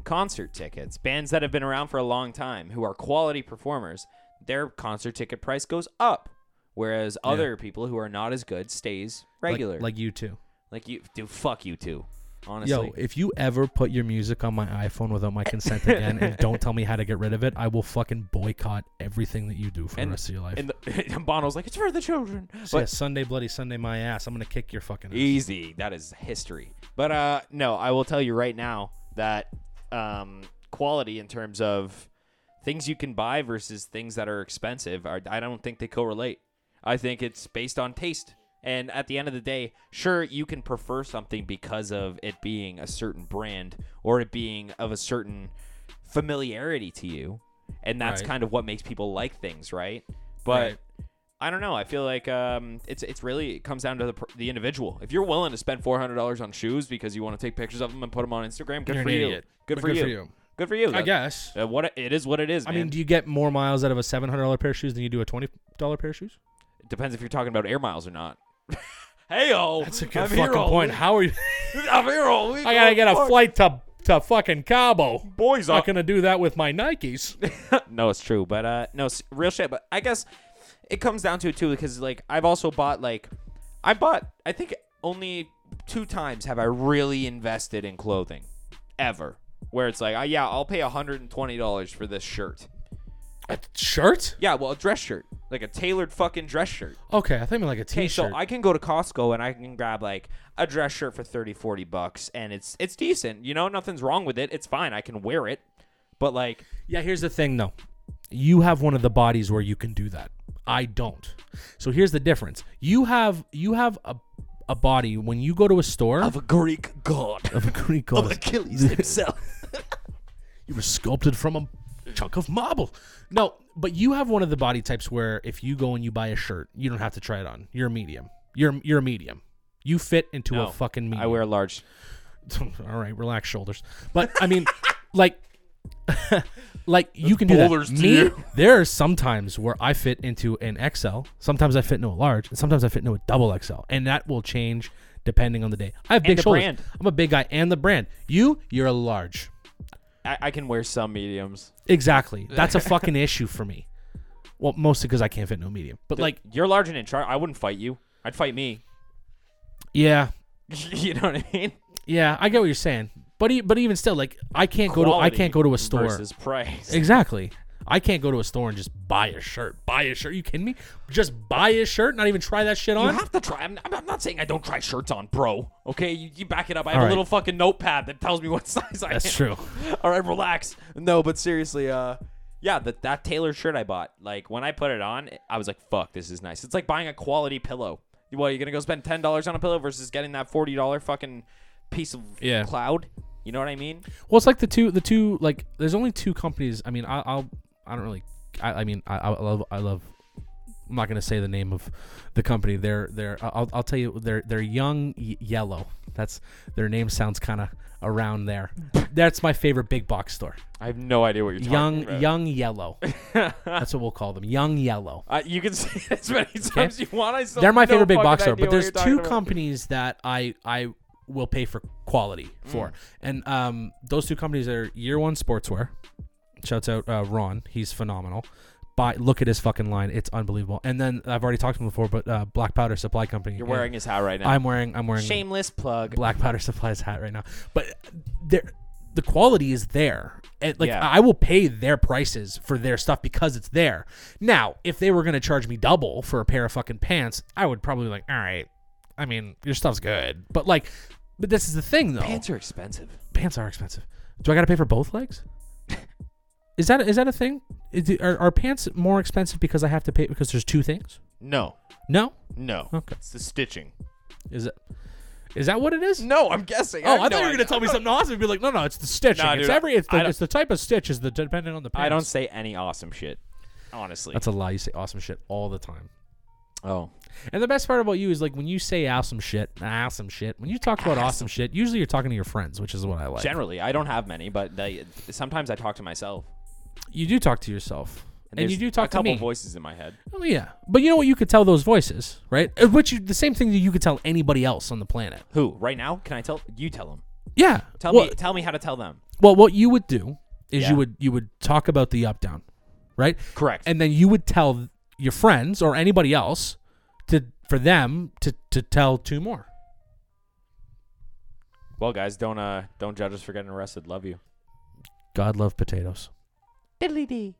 Concert tickets, bands that have been around for a long time, who are quality performers, their concert ticket price goes up, whereas other people who are not as good stays
Like-
regular.
like you too.
like you, dude, fuck you too.
honestly.
Yo, if you ever put your music on my iPhone without my consent again and don't tell me how to get rid of it, I will fucking boycott everything that you do for the
And-
rest of your life.
And, the, and Bono's like, it's for the children.
So
But
yeah, Sunday bloody Sunday my ass. I'm gonna kick your fucking ass.
Easy. That is history. But uh no, I will tell you right now that um quality in terms of things you can buy versus things that are expensive are I don't think they correlate. I think it's based on taste. And at the end of the day, sure you can prefer something because of it being a certain brand or it being of a certain familiarity to you. And that's
Right.
kind of what makes people like things, right? But
Right.
I don't know. I feel like um, it's it's really it comes down to the, per- the individual. If you're willing to spend four hundred dollars on shoes because you want to take pictures of them and put them on Instagram, good
You're
for
an
you.
idiot.
Good
But
for, you. Good for you.
I
That-
guess.
that what it is what it is.
I
man.
mean, do you get more miles out of a seven hundred dollar pair of shoes than you do a twenty dollar pair of shoes?
it depends if you're talking about air miles or not. hey yo,
That's a good
I'm here
fucking
all
point.
week.
How are you?
I'm here all week.
I gotta get a
Fuck.
flight to to fucking Cabo.
boys
Not
up.
gonna do that with my Nikes.
no, it's true, but uh, no, s- real shit. But I guess it comes down to it too, because like I've also bought like I bought I think only two times have I really invested in clothing ever, where it's like, uh, yeah, I'll pay hundred and twenty dollars for this shirt.
a shirt?
Yeah, well, a dress shirt, like a tailored fucking dress shirt.
Okay, I think like a
Okay,
t-shirt.
so I can go to Costco and I can grab like a dress shirt for 30, 40 bucks, and it's it's decent. You know, nothing's wrong with it. It's fine. I can wear it. But like,
Yeah, here's the thing though. You have one of the bodies where you can do that. I don't. So here's the difference. You have you have a a body when you go to a store
a Greek god
of a Greek goddess.
Achilles himself.
You were sculpted from a chunk of marble. No, but you have one of the body types where if you go and you buy a shirt, you don't have to try it on. You're a medium. You're you're a medium. You fit into a
No,
fucking medium.
I wear a large.
all right, relax shoulders. But I mean, like, like you can do that.
boulders to
Me,
you.
there are some times where I fit into an XL. Sometimes I fit into a large, and sometimes I fit into a double XL, and that will change depending on the day. I have big
the
shoulders.
brand.
I'm a big guy, and the brand. You, you're a large.
I, I can wear some mediums.
Exactly. That's a fucking issue for me. Well, mostly because I can't fit into a medium. But like,
Like you're large and in charge. I wouldn't fight you. I'd fight me.
yeah,
you know what I mean?
yeah, I get what you're saying. But e- but even still, like, I can't go to I
Quality
can't go to a store.
versus price.
Exactly. I can't go to a store and just buy a shirt. Buy a shirt? you kidding me? Just buy a shirt, not even try that shit
You
on?
have to try. I'm, I'm- I'm not saying I don't try shirts on, bro. Okay, you, you back it up. I have
All
a
right.
little fucking notepad that tells me what size I
That's
am.
true.
All right, relax. No, but seriously, uh, yeah, that that Taylor shirt I bought, like when I put it on, I was like, "Fuck, this is nice." It's like buying a quality pillow. Well, you're gonna go spend ten dollars on a pillow versus getting that forty dollar fucking piece of
Yeah.
cloud. You know what I mean?
Well, it's like the two, the two, like there's only two companies. I mean, I, I'll, I don't really, I, I mean, I, I love, I love. I'm not gonna say the name of the company. They're, they're, I'll, I'll tell you, they're, they're Young Ye- Yellow. That's their name sounds kind of around there. That's my favorite big box store.
I have no idea what you're
Young, Young Yellow. That's what we'll call them. Young Yellow.
Uh, you can say it as many times you want. I still
they're my
have no
favorite big
fucking
box store,
idea
but
what
there's
you're talking
two
about.
companies that I I will pay for quality
Mm.
for, and um, those two companies are Year One Sportswear. Shouts out uh, Ron, he's phenomenal. Buy, look at his fucking line, it's unbelievable. And then I've already talked to him before, but uh, Black Powder Supply Company.
You're
and
wearing his hat right now.
I'm wearing. I'm wearing.
Shameless plug.
Black Powder Supply's hat right now. But there, the quality is there. And like
Yeah.
I will pay their prices for their stuff because it's there. Now, if they were gonna charge me double for a pair of fucking pants, I would probably be like, all right. I mean, your stuff's good, but like, but this is the thing though.
Pants are expensive.
Pants are expensive. Do I gotta pay for both legs? Is that is that a thing? Is it- are, are pants more expensive because I have to pay because there's two things?
No,
No.
no.
Okay.
It's the stitching.
Is it? Is that what it is?
No, I'm guessing.
Oh, I,
have
thought
no
you were gonna
idea.
tell me something awesome and be like, no, no, it's the stitching.
Nah,
it's
dude,
every it's the,
I don't-
it's the type of stitch is the depending on the. Pants.
I don't say any awesome shit, honestly.
That's a lie. You say awesome shit all the time.
oh,
And the best part about you is like when you say awesome shit, awesome shit. When you talk about awesome shit, usually you're talking to your friends, which is what I like.
generally, I don't have many, but they, sometimes I talk to myself.
you do talk to yourself, and, you
there's
do talk
a
to
couple
me.
voices in my head.
oh yeah, but you know what? You could tell those voices, right? Uh, Which you, the same thing that you could tell anybody else on the planet.
Who? Right now? Can I tell? You tell them.
Yeah.
Tell
Well,
me. Tell me how to tell them.
Well, what you would do is
Yeah.
you would you would talk about the up down, right?
Correct.
And then you would tell your friends or anybody else to for them to to tell two more.
Well, guys, don't uh, don't judge us for getting arrested. Love you.
God love potatoes.
Diddly dee.